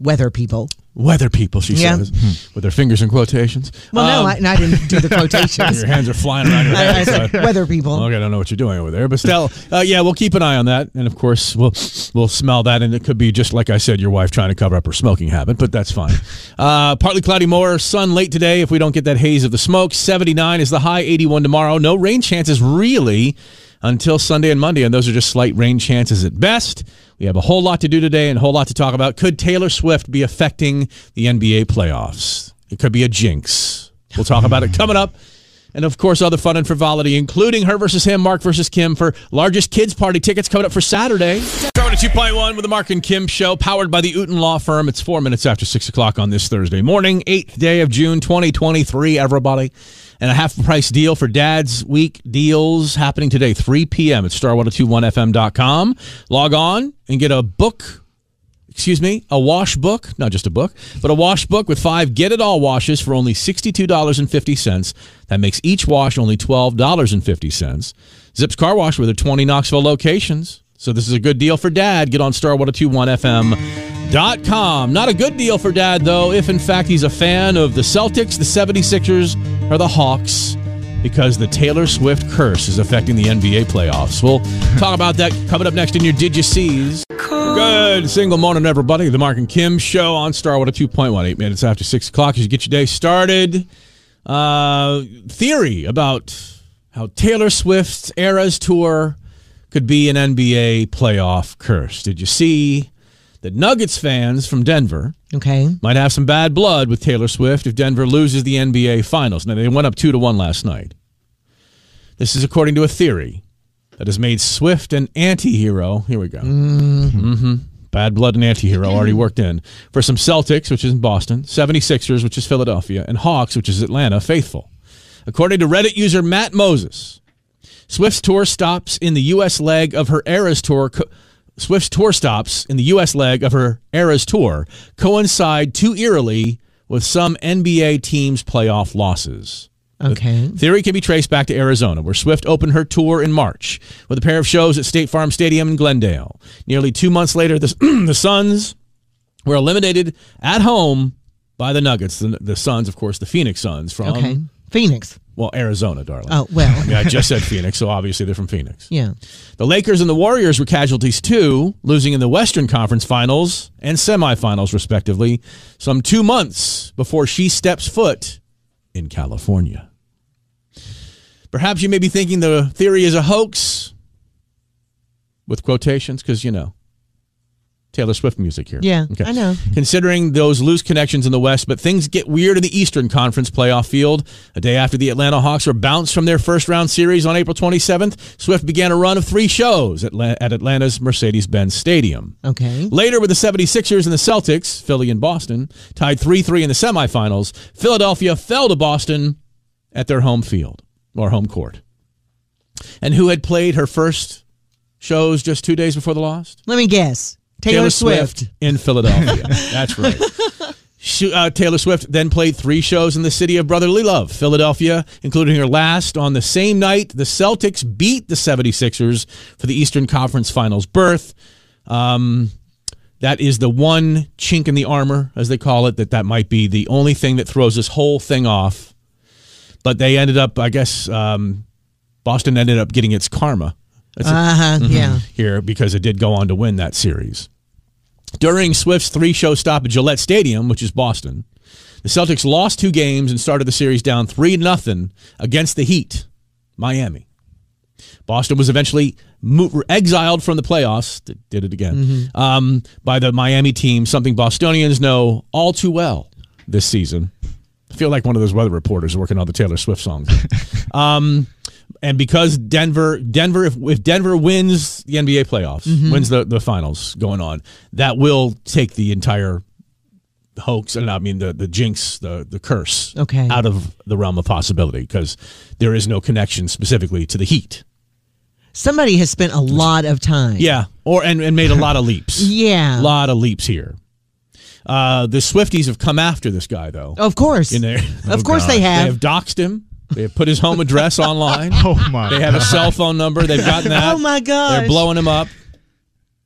weather people.
weather people, she
Yeah.
says, with her fingers in quotations.
Well,
Um,
no, I, and I didn't do the quotations.
your hands are flying around your
I, I
head.
said,
so-
weather people.
Okay, I don't know what you're doing over there, but still, uh, yeah, we'll keep an eye on that, and of course, we'll we'll smell that, and it could be just like I said, your wife trying to cover up her smoking habit, but that's fine. Uh, partly cloudy, more sun late today. If we don't get that haze of the smoke, 79 is the high, 81 tomorrow. No rain chances really until Sunday and Monday, and those are just slight rain chances at best. We have a whole lot to do today and a whole lot to talk about. Could Taylor Swift be affecting the NBA playoffs? It could be a jinx. We'll talk about it coming up. And of course, other fun and frivolity, including her versus him, Mark versus Kim for largest kids party tickets coming up for Saturday. Coming to 2.1 with the Mark and Kim show, powered by the Uten Law Firm. It's four minutes after six o'clock on this Thursday morning, eighth day of June 2023, everybody. And a half price deal for Dad's Week deals happening today, 3 p.m. at star1021fm.com. Log on and get a book excuse me, a wash book, not just a book, but a wash book with five get it all washes for only $62.50. That makes each wash only $12.50. Zips Car Wash with their 20 Knoxville locations. So this is a good deal for dad. Get on star1021fm.com. Not a good deal for dad, though, if in fact he's a fan of the Celtics, the 76ers, or the Hawks. Because the Taylor Swift curse is affecting the NBA playoffs. We'll talk about that coming up next in your Did You Sees. Good single morning, everybody. The Mark and Kim Show on Starwater 2.1, eight minutes after six o'clock. As you get your day started, uh, theory about how Taylor Swift's Eras Tour could be an NBA playoff curse. Did you see that Nuggets fans from Denver
Okay.
might have some bad blood with Taylor Swift if Denver loses the NBA Finals? Now, they went up two to one last night. This is according to a theory that has made Swift an anti hero. Here we go. Mm-hmm. Bad blood and anti-hero already worked in. For some Celtics, which is in Boston, 76ers, which is Philadelphia, and Hawks, which is Atlanta, faithful. According to Reddit user Matt Moses, Swift's tour stops in the U.S. leg of her Eras tour. Co- Swift's tour stops in the U.S. leg of her Eras tour coincide too eerily with some NBA teams' playoff losses.
Okay.
Theory can be traced back to Arizona, where Swift opened her tour in March with a pair of shows at State Farm Stadium in Glendale. Nearly two months later, the, the Suns were eliminated at home by the Nuggets. The, the Suns, of course, the Phoenix Suns from,
Okay. Phoenix.
well, Arizona, darling.
Oh, well.
Um, Yeah, I just said Phoenix, so obviously they're from Phoenix.
Yeah.
The Lakers and the Warriors were casualties too, losing in the Western Conference Finals and semifinals, respectively, some two months before she steps foot in California. Perhaps you may be thinking the theory is a hoax with quotations, because, you know, Taylor Swift music here.
Yeah, I know.
Considering those loose connections in the West, but things get weird in the Eastern Conference playoff field. A day after the Atlanta Hawks were bounced from their first round series on April 27th, Swift began a run of three shows at, La- at Atlanta's Mercedes Benz Stadium.
Okay.
Later, with the 76ers and the Celtics, Philly and Boston tied 3 3 in the semifinals, Philadelphia fell to Boston at their home field or home court. And who had played her first shows just two days before the loss?
Let me guess. Taylor, Swift.
in Philadelphia. That's right. She, uh, Taylor Swift then played three shows in the city of brotherly love, Philadelphia, including her last on the same night the Celtics beat the 76ers for the Eastern Conference Finals berth. Um, that is the one chink in the armor, as they call it, that that might be the only thing that throws this whole thing off. But they ended up, I guess, um, Boston ended up getting its karma
Uh huh.
Mm-hmm.
Yeah.
here because it did go on to win that series. During Swift's three show stop at Gillette Stadium, which is Boston, the Celtics lost two games and started the series down 3 0 against the Heat, Miami. Boston was eventually mo- exiled from the playoffs, d- did it again, um, by the Miami team, something Bostonians know all too well this season. I feel like one of those weather reporters working on the Taylor Swift songs. and because Denver, Denver, if, if Denver wins the NBA playoffs, wins the, the finals going on, that will take the entire hoax and I mean the the jinx, the the curse,
Okay.
out of the realm of possibility because there is no connection specifically to the Heat.
Somebody has spent a lot of time.
Yeah, or and, and made a lot of leaps.
Yeah.
a lot of leaps here. Uh, the Swifties have come after this guy though.
Of course.
in there,
Oh, Of course they
Oh, They
have.
have doxed him. They have put his home address online.
Oh my!
They have a cell phone number. They've gotten that.
Oh my gosh.
They're blowing him up.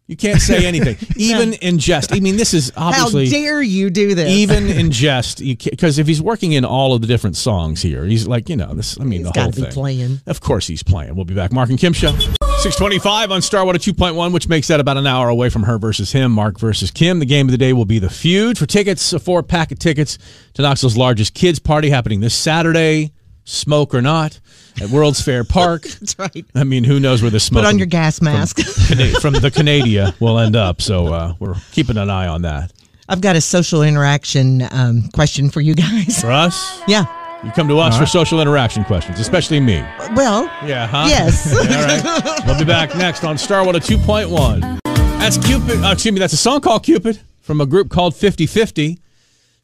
You can't say anything, even in jest. I mean, this is
How
obviously
dare you do this?
even in jest. You because if he's working in all of the different songs here, he's like you know this. I mean,
He's
the whole
gotta be
thing.
playing.
Of course, he's playing. We'll be back. Mark and Kim show. 625 on oh Starwater 2.1, which makes that about an hour away from her versus him, Mark versus Kim. The game of the day will be the feud. For tickets, a four pack of tickets to Knoxville's largest kids party happening this Saturday, smoke or not, at World's Fair Park.
That's right.
I mean, who knows where the smoke
Put on
from-
your gas mask.
Cana- from the Canadia will end up. So uh, we're keeping an eye on that.
I've got a social interaction um, question for you guys.
For us,
Yeah.
you come to us for social interaction questions, especially me.
Well,
Yeah, huh?
Yes.
All right. We'll be back next on oh Starwater 2.1. That's Cupid. Uh, excuse me, that's a song called Cupid from a group called 5050.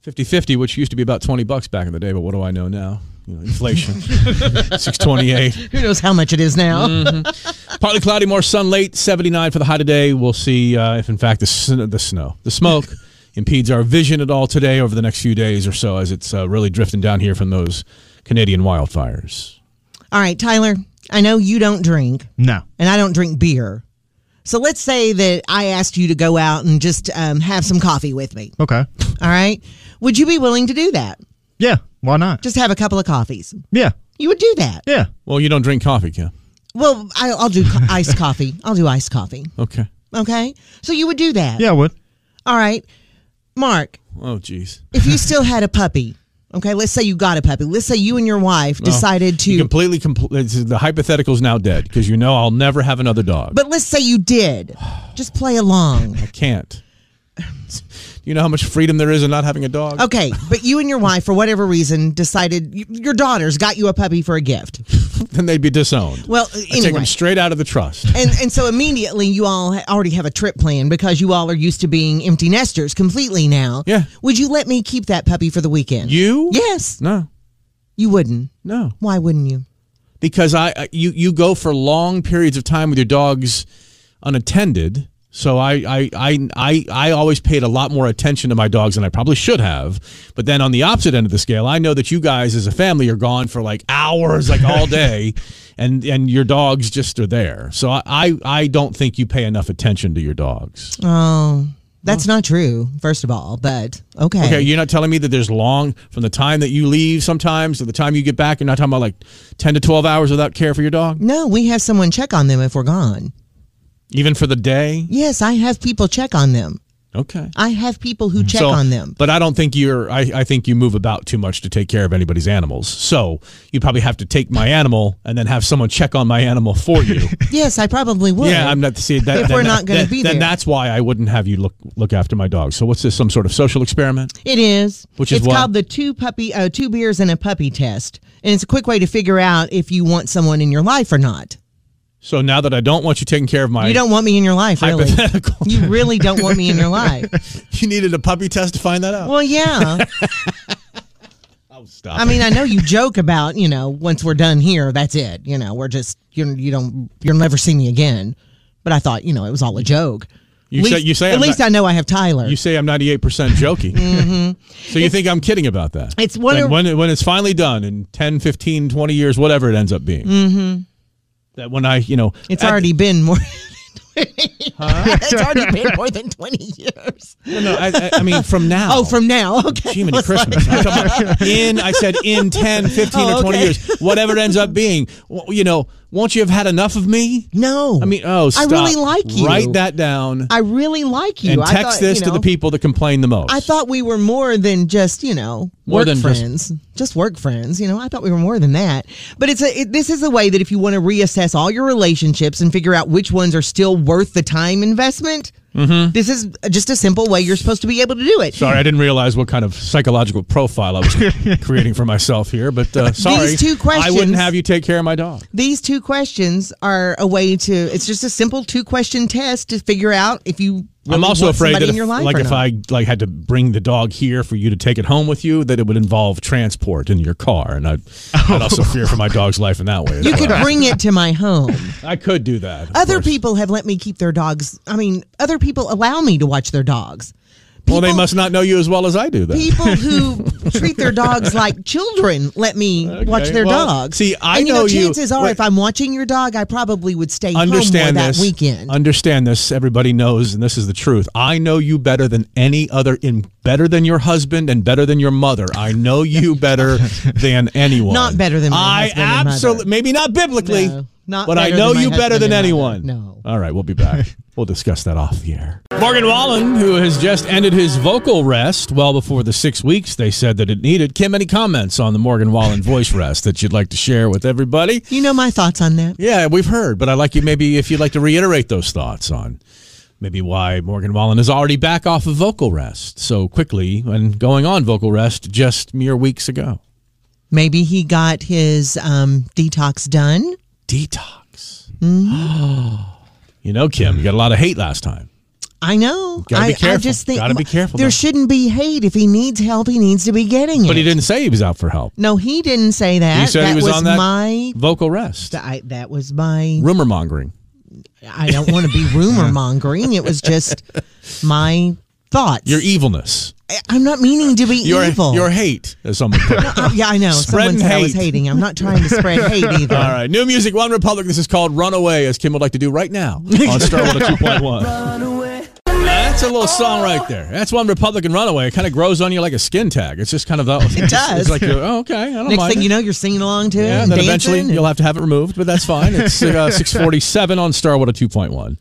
5050, which used to be about 20 bucks back in the day, but what do I know now? You know, inflation. 628.
who knows how much it is now?
Mm. Partly cloudy, more sun late, 79 for the high today. We'll see uh, if, in fact, the, sn- the snow, the smoke impedes our vision at all today over the next few days or so as it's uh, really drifting down here from those Canadian wildfires.
All right, Tyler, I know you don't drink
No.
and I don't drink beer. So let's say that I asked you to go out and just um, have some coffee with me.
Okay.
All right. Would you be willing to do that?
Yeah. Why not?
Just have a couple of coffees.
yeah.
You would do that.
Yeah.
Well, you don't drink coffee, Kim.
Well, I, I'll do co- iced coffee. I'll do iced coffee.
Okay.
Okay. So you would do that.
Yeah, I would.
All right. Mark,
Oh, jeez.
if you still had a puppy, okay, let's say you got a puppy. Let's say you and your wife decided to,
You completely, compl- this is- the hypothetical's now dead because you know I'll never have another dog.
but let's say you did. Just play along.
I can't. you know how much freedom there is in not having a dog?
Okay, but you and your wife, for whatever reason, decided y- your daughters got you a puppy for a gift.
Then they'd be disowned.
Well,
I take
anyway.
them straight out of the trust.
And, and so immediately you all ha- already have a trip planned because you all are used to being empty nesters completely now.
Yeah.
Would you let me keep that puppy for the weekend?
You?
Yes.
No,
You wouldn't.
no.
Why wouldn't you?
because I I- you you go for long periods of time with your dogs unattended. So I I, I I I always paid a lot more attention to my dogs than I probably should have. But then on the opposite end of the scale, I know that you guys as a family are gone for like hours, like all day, and and your dogs just are there. So I, I I don't think you pay enough attention to your dogs.
Oh, that's not true, first of all, but okay.
Okay, you're not telling me that there's long from the time that you leave sometimes to the time you get back. You're not talking about like ten to twelve hours without care for your dog,
no, we have someone check on them if we're gone.
even for the day.
Yes, I have people check on them.
Okay.
I have people who check
Mm-hmm. So-
on them.
But I don't think you're. I, I think you move about too much to take care of anybody's animals. So you probably have to take my animal and then have someone check on my animal for you.
Yes, I probably would.
yeah, I'm not see that.
If
then
we're
that-
not gonna
then-
be
then
there.
that's why I wouldn't have you look look after my dog. So what's this? Some sort of social experiment?
It is.
Which is
it's
what?
called the two puppy, uh, two beers and a puppy test, and it's a quick way to figure out if you want someone in your life or not.
So now that I don't want you taking care of my
You don't want me in your life, really.
hypothetical,
You really don't want me in your life.
you needed a puppy test to find that out. Oh,
Well, yeah.
Stop.
I mean, I know you joke about, you know, once we're done here, that's it. You know, we're just you you don't you'll never see me again. But I thought, you know, it was all a joke.
You
Least-
say- you say
at
I'm
least
not-
I know I have Tyler.
you say I'm 98 percent joking. So you think I'm kidding about that?
Mm-hmm. it's one
Then
of-
when, it- when it's finally done in 10, 15, 20 years, whatever it ends up being. Mm-hmm. That when I, you know,
it's
at-
already been more. than 20 it's already been more than twenty years.
No, I, I, I mean, from now.
Oh, from now, okay.
Gee, many Christmas. I'm talking about in, I said in 10, 15,
Oh,
or 20
okay.
years, whatever it ends up being. W- You know, won't you have had enough of me?
No,
I mean, oh, stop.
I really like you.
Write that down
I really like you.
and
I
text
thought,
this
you
to the
know,
people that complain the most.
I thought we were more than just you know
More
work
than just-
friends, just, work friends. You know, I thought we were more than that. But it's a it, this is a way that if you want to reassess all your relationships and figure out which ones are still worth the time investment,
Mm-hmm.
this is just a simple way you're supposed to be able to do it.
Sorry, I didn't realize what kind of psychological profile I was creating for myself here, but uh, sorry.
two
I wouldn't
questions-
have you take care of my dog.
These two questions are a way to. It's just a simple two question test to figure out if you. Really
I'm also
want
afraid
somebody
that
in your
if,
life
like
or
if
not.
I like had to bring the dog here for you to take it home with you, that it would involve transport in your car, and I'd, I'd also fear for my dog's life in that way. as
you could
well.
bring it to my home.
I could do that. of
other
course.
people have let me keep their dogs. I mean, other people allow me to watch their dogs
well, they
people-
must not know you as well as I do, then.
people who treat their dogs like children let me watch
Okay,
their
well,
dogs.
see, I
and, you
know
know,
you-
chances are,
wait.
if I'm watching your dog, I probably would stay home
understand
more
this
that weekend.
Understand this. Everybody knows, and this is the truth. I know you better than any other, in better than your husband and better than your mother. I know you better than anyone.
Not better than my
I
husband and mother.
absolutely maybe not biblically,
No, not
but I
better
know
than my
you better
husband
than
and mother.
anyone.
No.
All right, we'll be back. we'll discuss that off the air. Morgan Wallen, who has just ended his vocal rest well before the six weeks they said that it needed. Kim, any comments on the Morgan Wallen voice rest that you'd like to share with everybody?
you know my thoughts on that.
Yeah, we've heard, but I'd like you maybe if you'd like to reiterate those thoughts on maybe why Morgan Wallen is already back off of vocal rest so quickly and going on vocal rest just mere weeks ago.
Maybe he got his um, detox done.
Detox.
Mm-hmm.
you know, Kim, you got a lot of hate last time.
I know.
Gotta be
I, I
careful.
just think
Gotta be careful,
There
though.
shouldn't be hate. If he needs help, he needs to be getting it.
But he didn't say he was out for help.
No, he didn't say that.
He said
that
he was, on that
my.
vocal rest.
I, that was my.
Rumor mongering.
I don't want to be rumor mongering. It was just my thoughts.
Your evilness.
I- I'm not meaning to be
Your,
evil.
your hate, as someone put it.
Uh, yeah, I know.
Spreading
Someone said I was
hate.
hating. I'm not trying to spread hate either.
All right, new music, One Republic. This is called "Runaway," as Kim would like to do right now on Star Wars 2.1. That's a little song right there. That's One Republic and "Runaway." It kind of grows on you like a skin tag. It's just kind of that. It
does.
It's like, you're, oh, okay, I don't
Next
mind.
thing
it.
you know, you're singing along to it.
yeah,
and
and then
dancing
eventually
and-
you'll have to have it removed, but that's fine. It's uh, 647 on Star Wars 2.1.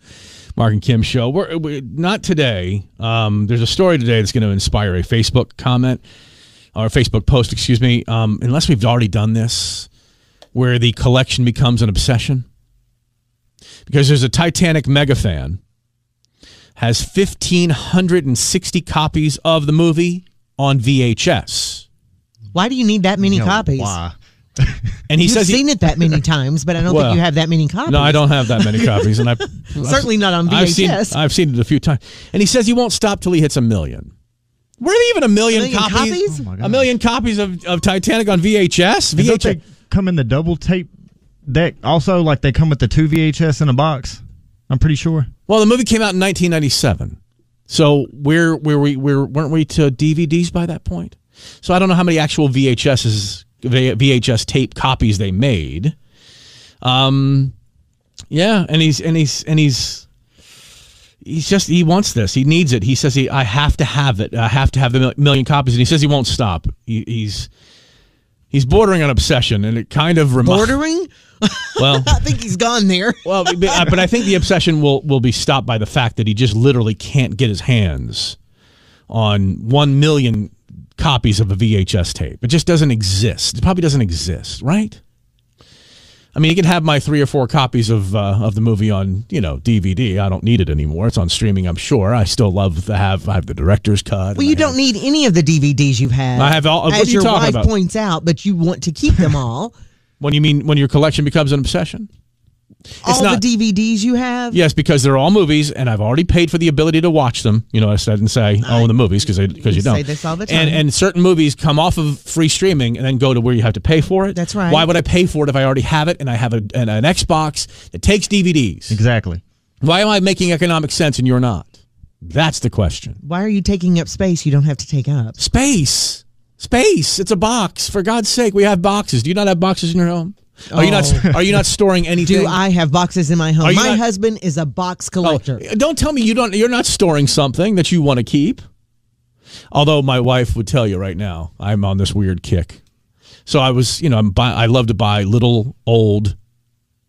Mark and Kim show. We're, we not today. Um, there's a story today that's going to inspire a Facebook comment or a Facebook post, excuse me. Um, unless we've already done this, where the collection becomes an obsession, because there's a Titanic mega fan has 1,560 copies of the movie on VHS,
Why do you need that many
You know,
copies?
Why?
and he
You've
says he-
seen it that many times, but I don't
Well,
think you have that many copies.
No, I don't have that many copies, and I
Certainly not on
I've seen
VHS.
I've seen it a few times, and he says he won't stop till he hits a million. Were there even a million,
million copies? Oh
my
a
gosh.
million copies of, of Titanic on VHS?
And don't
VHS.
they come in the double tape deck? Also, like they come with the two VHS in a box. I'm pretty sure.
Well, the movie came out in 1997, so we're were we we're, weren't we to DVDs by that point? So I don't know how many actual VHSs V- VHS tape copies they made. Um, yeah, and he's and he's and he's he's just he wants this. He needs it. He says he I have to have it. I have to have the mil- million copies, and he says he won't stop. He, he's he's bordering on obsession, and it kind of reminds
Ordering?
well.
I think he's gone there.
Well, but, but I think the obsession will will be stopped by the fact that he just literally can't get his hands on one million copies of a VHS tape. It just doesn't exist. It probably doesn't exist, right? I mean, you can have my three or four copies of uh, of the movie on you know DVD. I don't need it anymore. It's on streaming. I'm sure. I still love to have I have the director's cut.
Well, you don't need any of the DVDs you've had.
I have all- what
As
are you
your
talking
wife
about?
points out, but you want to keep them all.
When you mean when your collection becomes an obsession?
all
not-
the DVDs you have.
Yes, because they're all movies, and I've already paid for the ability to watch them. You know, I said and say own the movies because because you
You say
don't.
this all the
And
time.
and certain movies come off of free streaming and then go to where you have to pay for it.
That's right.
Why would I pay for it if I already have it and I have a, an, an Xbox that takes DVDs?
Exactly.
Why am I making economic sense and you're not? That's the question.
Why are you taking up space you don't have to take up?
Space, space. It's a box. For God's sake, we have boxes. Do you not have boxes in your home? Are you not
Oh.
Are you not storing anything?
Do I have boxes in my home?
Are
My
you not-
husband is a box collector.
Oh, don't tell me you don't. You're not storing something that you want to keep. Although my wife would tell you right now, I'm on this weird kick. So I was, you know, I'm buy, I love to buy little old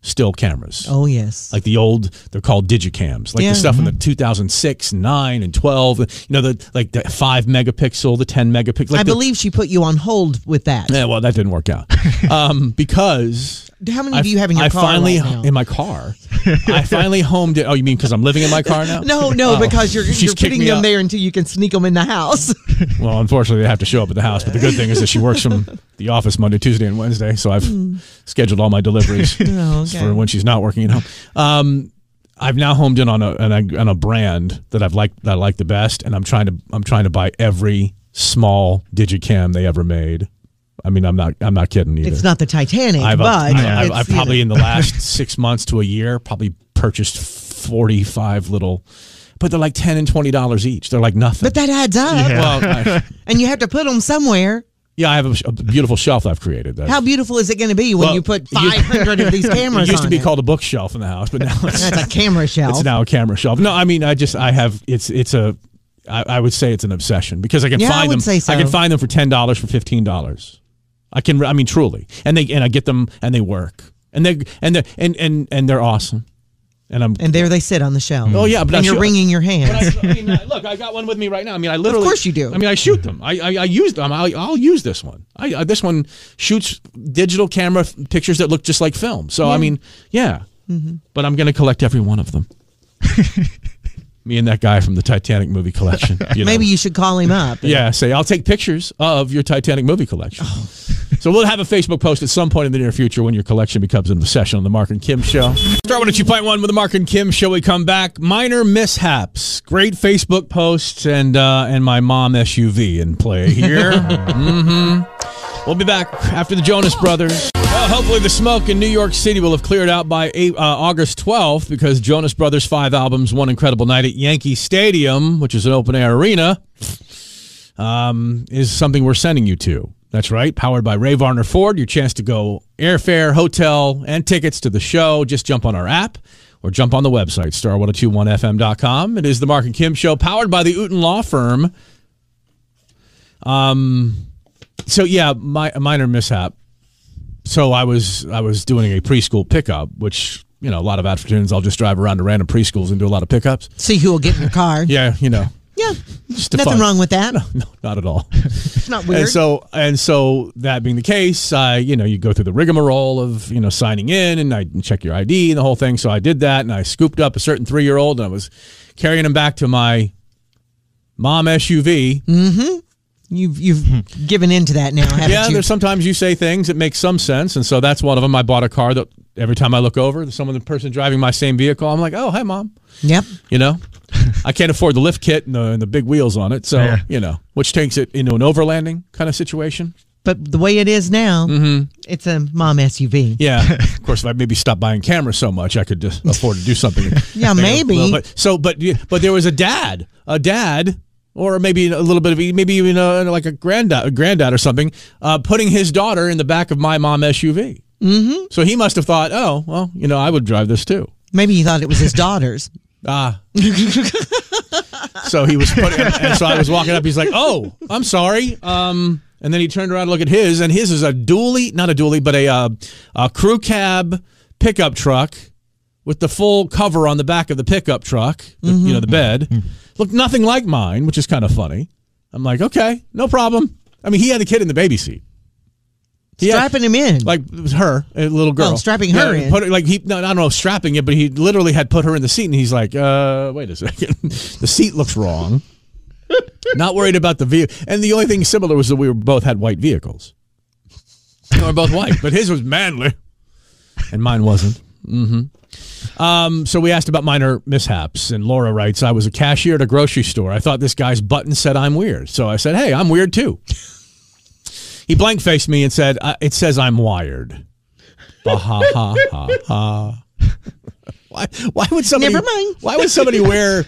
still cameras,
Oh, yes.
like the old. They're called digicams, like
Yeah. mm-hmm.
the stuff in the 2006, nine, and 12. You know, the like the five megapixel, the 10 megapixel. Like
I
the-
believe she put you on hold with that.
Yeah, well, that didn't work out um, because
How many do you have in your
I
car
finally
right now?
in my car. I finally homed it. Oh, you mean because I'm living in my car now?
No, no,
Oh.
because you're
She's
you're
kicked
putting
me
them
out.
there until you can sneak them in the house.
Well, unfortunately, they have to show up at the house. But the good thing is that she works from the office Monday, Tuesday, and Wednesday. So I've scheduled all my deliveries
Hmm. Oh, okay.
for when she's not working at home. Um, I've now homed in on a, on a on a brand that I've liked that I like the best, and I'm trying to I'm trying to buy every small digicam they ever made. I mean, I'm not I'm not kidding either.
It's not the Titanic,
I've, uh,
but
I, I've,
it's,
I've
you know,
probably in the last six months to a year probably purchased 45 little but they're like ten and twenty dollars each. They're like nothing.
But that adds up,
Yeah.
well, I-
and you have to put them somewhere.
yeah, I have a, sh- a beautiful shelf I've created. That
How beautiful is it going to be when
Well,
you put
it used-
500 of these cameras?
it used to
on
be
it?
called a bookshelf in the house, but now it's
That's a camera shelf.
It's now a camera shelf. No, I mean, I just I have it's it's a I, I would say it's an obsession because I can
Yeah, I
find
would
them.
say so.
I can find them for ten dollars for fifteen dollars. I can I mean truly, and they and I get them and they work and they and they and and and they're awesome. And I'm
and there they sit on the shelf.
oh yeah, but I
and you're
shoot-
wringing your
But I,
hands.
I mean, I- look, I got one with me right now. I mean, I literally.
course you do.
I mean, I shoot them. I I, I use them. I, I'll use this one. I, I this one shoots digital camera f- pictures that look just like film. So I mean, yeah.
Mm-hmm.
But I'm gonna collect every one of them. me and that guy from the Titanic movie collection. you know.
Maybe you should call him up.
Yeah, say I'll take pictures of your Titanic movie collection. So we'll have a Facebook post at some point in the near future when your collection becomes an obsession on the Mark and Kim show. Start one at two point one with the Mark and Kim show. We come back. Minor mishaps, great Facebook posts, and uh, and my mom SUV in play here. hmm We'll be back after the Jonas Brothers. Well, hopefully the smoke in New York City will have cleared out by eight, uh, August 12th because Jonas Brothers' five albums, one incredible night at Yankee Stadium, which is an open air arena, um, is something we're sending you to. That's right. Powered by Ray Varner Ford. Your chance to go airfare, hotel, and tickets to the show. Just jump on our app or jump on the website, star1021fm.com. It is the Mark and Kim Show, powered by the Uten Law Firm. Um, so yeah, my a minor mishap. So I was I was doing a preschool pickup, which you know a lot of afternoons I'll just drive around to random preschools and do a lot of pickups.
See who will get in your car.
Yeah, you know,
Yeah.
just to
Nothing
fun.
wrong with that.
No, not at all.
It's not weird.
And so, and so that being the case, I, you know, you go through the rigmarole of, you know, signing in and I check your ID and the whole thing. So I did that and I scooped up a certain three year old and I was carrying him back to my mom SUV.
you've you've given in to that now, haven't
yeah,
you?
there's sometimes you say things that make some sense. And so that's one of them. I bought a car that every time I look over, someone, the person driving my same vehicle, I'm like, oh, hi, mom.
yep.
You know, I can't afford the lift kit and the, and the big wheels on it. So,
Yeah.
you know, which takes it into an overlanding kind of situation.
But the way it is now, it's a mom SUV.
Mm-hmm. Yeah. of course, if I maybe stopped buying cameras so much, I could just afford to do something.
Yeah,
Maybe a
maybe.
little bit. so, but but there was a dad, a dad, or maybe a little bit of maybe even uh like a granddad, a granddad or something, uh, putting his daughter in the back of my mom SUV. Mm-hmm. So he must have thought, oh well, you know, I would drive this too.
Maybe he thought it was his daughter's.
Ah. so he was putting, and so I was walking up. He's like, "Oh, I'm sorry." Um, and then he turned around to look at his, and his is a dually, not a dually, but a uh, a crew cab pickup truck with the full cover on the back of the pickup truck. the- You know, the bed looked nothing like mine, which is kind of funny. I'm like, okay, no problem. I mean, he had the kid in the baby seat. He had-
Strapping him in.
like it was her, a little girl.
Oh, strapping her in.
Put her, like he, no, I don't know, if strapping it, but he literally had put her in the seat, and he's like, uh, "Wait a second, the seat looks wrong." Not worried about the vehicle. And the only thing similar was that we were both had white vehicles. We were both white, but his was manly, and mine wasn't. Um, so we asked about minor mishaps, and Laura writes, "I was a cashier at a grocery store. I thought this guy's button said I'm weird, so I said, "Hey, I'm weird too." He blank faced me and said, uh, "It says I'm wired." Bah, ha ha ha ha. Why? Why would somebody?
Never mind.
Why would somebody wear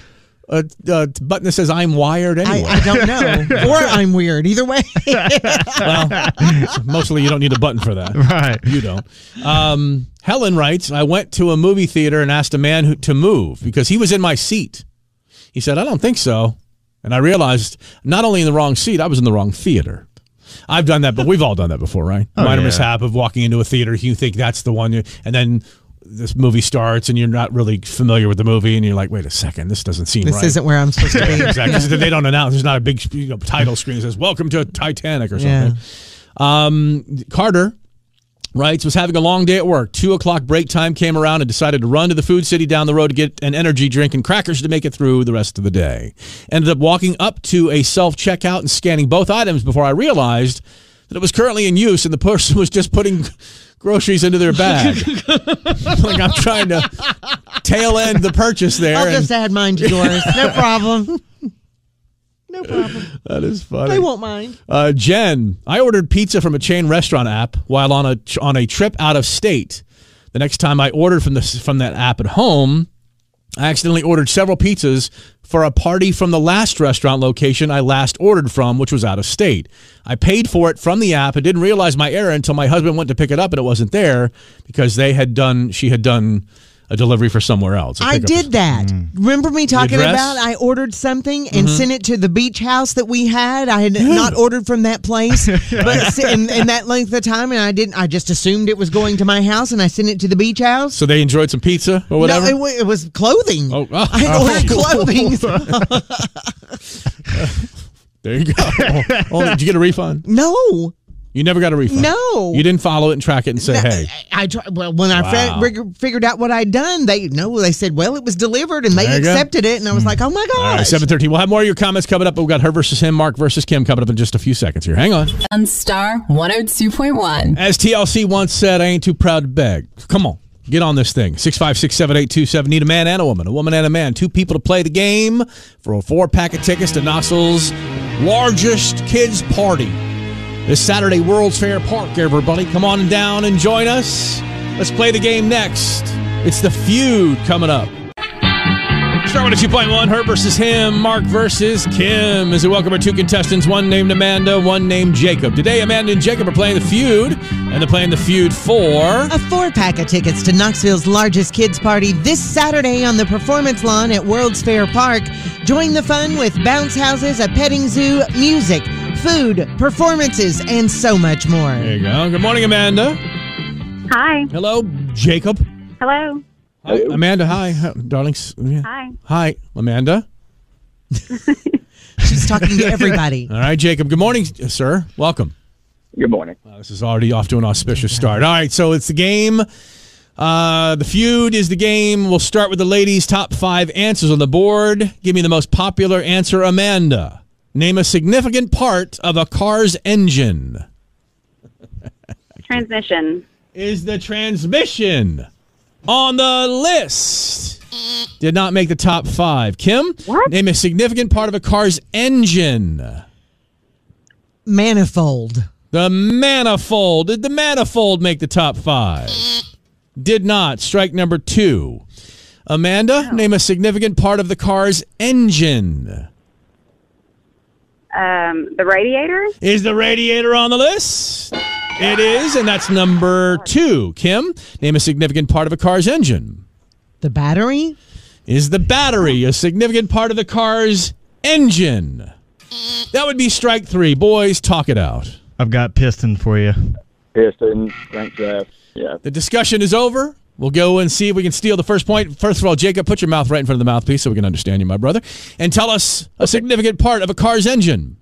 a, a button that says "I'm wired"
I,
anyway?
I don't know. or I'm weird. Either way.
Mostly, you don't need a button for that.
Right.
You don't. Um, Helen writes, I went to a movie theater and asked a man who, to move because he was in my seat. He said, I don't think so. And I realized not only in the wrong seat, I was in the wrong theater. I've done that, but we've all done that before, right?
Oh,
Minor
yeah.
mishap of walking into a theater, you think that's the one, you- and then this movie starts and you're not really familiar with the movie and you're like, wait a second, this doesn't seem
This
right.
isn't where I'm supposed to be.
exactly. 'Cause They don't announce. There's not a big you know, title screen that says "Welcome to Titanic" or
Yeah.
something. Um, Carter writes was having a long day at work. Two o'clock break time came around and decided to run to the food city down the road to get an energy drink and crackers to make it through the rest of the day. Ended up walking up to a self checkout and scanning both items before I realized that it was currently in use and the person was just putting groceries into their bag. like I'm trying to tail end the purchase there.
I'll
and-
just add mine to yours. No problem. No problem.
that is funny.
They won't mind.
Uh, Jen, I ordered pizza from a chain restaurant app while on a on a trip out of state. The next time I ordered from the from that app at home, I accidentally ordered several pizzas for a party from the last restaurant location I last ordered from, which was out of state. I paid for it from the app and didn't realize my error until my husband went to pick it up and it wasn't there because they had done, she had done a delivery for somewhere else. a
I
pickup for-
did that.
Mm.
Remember me talking
address?
about I ordered something and
Mm-hmm.
sent it to the beach house that we had. I had not ordered from that place, but s- in, in that length of time, and I didn't. I just assumed it was going to my house, and I sent it to the beach house.
So they enjoyed some pizza or whatever?
No, it, wa- it was clothing.
Oh, oh.
I had ordered clothing.
there you go. oh, did you get a refund?
no,
You never got a refund.
No.
You didn't follow it and track it and say, hey.
I, I try, well when I
Wow.
fi- rig- figured out what I'd done, they no, they said, well, it was delivered, and they
There you go. Mm.
accepted it, and I was like, oh my
All right,
gosh.
713. uh, We'll have more of your comments coming up. but We've got her versus him, Mark versus Kim coming up in just a few seconds here. Hang on.
on Star 102.1.
As TLC once said, I ain't too proud to beg. Come on, get on this thing. 6567827. Need a man and a woman, a woman and a man. Two people to play the game for a four pack of tickets to Knoxville's largest kids' party. This Saturday, World's Fair Park, everybody. Come on down and join us. Let's play the game next. It's the feud coming up. Star Wars 2.1, her versus him, Mark versus Kim. As we welcome our two contestants, one named Amanda, one named Jacob. Today, Amanda and Jacob are playing the feud, and they're playing the feud for.
A four pack of tickets to Knoxville's largest kids' party this Saturday on the performance lawn at World's Fair Park. Join the fun with bounce houses, a petting zoo, music, food, performances, and so much
There
more.
you go. Good morning, Amanda.
Hi.
Hello, Jacob.
Hello.
Hi, Amanda, hi. Hi, Darlings. Yeah.
Hi.
Hi, Amanda.
She's talking to everybody.
All right, Jacob. Good morning, sir. Welcome.
Good morning.
Wow, this is already off to an auspicious start. All right, so it's the game. Uh, the feud is the game. We'll start with the ladies' top five answers on the board. Give me the most popular answer, Amanda. Name a significant part of a car's engine.
Transmission.
Is the transmission on the list? Did not make the top five. Kim,
What?
name a significant part of a car's engine.
Manifold.
The manifold. Did the manifold make the top five? Did not. Strike number two. Amanda, name a significant part of the car's engine.
Um, the radiator.
Is the radiator on the list? It is, and that's number two. Kim, name a significant part of a car's engine.
The battery?
Is the battery a significant part of the car's engine? That would be strike three. Boys, talk it out.
I've got piston for you.
Piston, crankshaft. Yeah.
The discussion is over. We'll go and see if we can steal the first point. First of all, Jacob, put your mouth right in front of the mouthpiece so we can understand you, my brother. And tell us a significant part of a car's engine.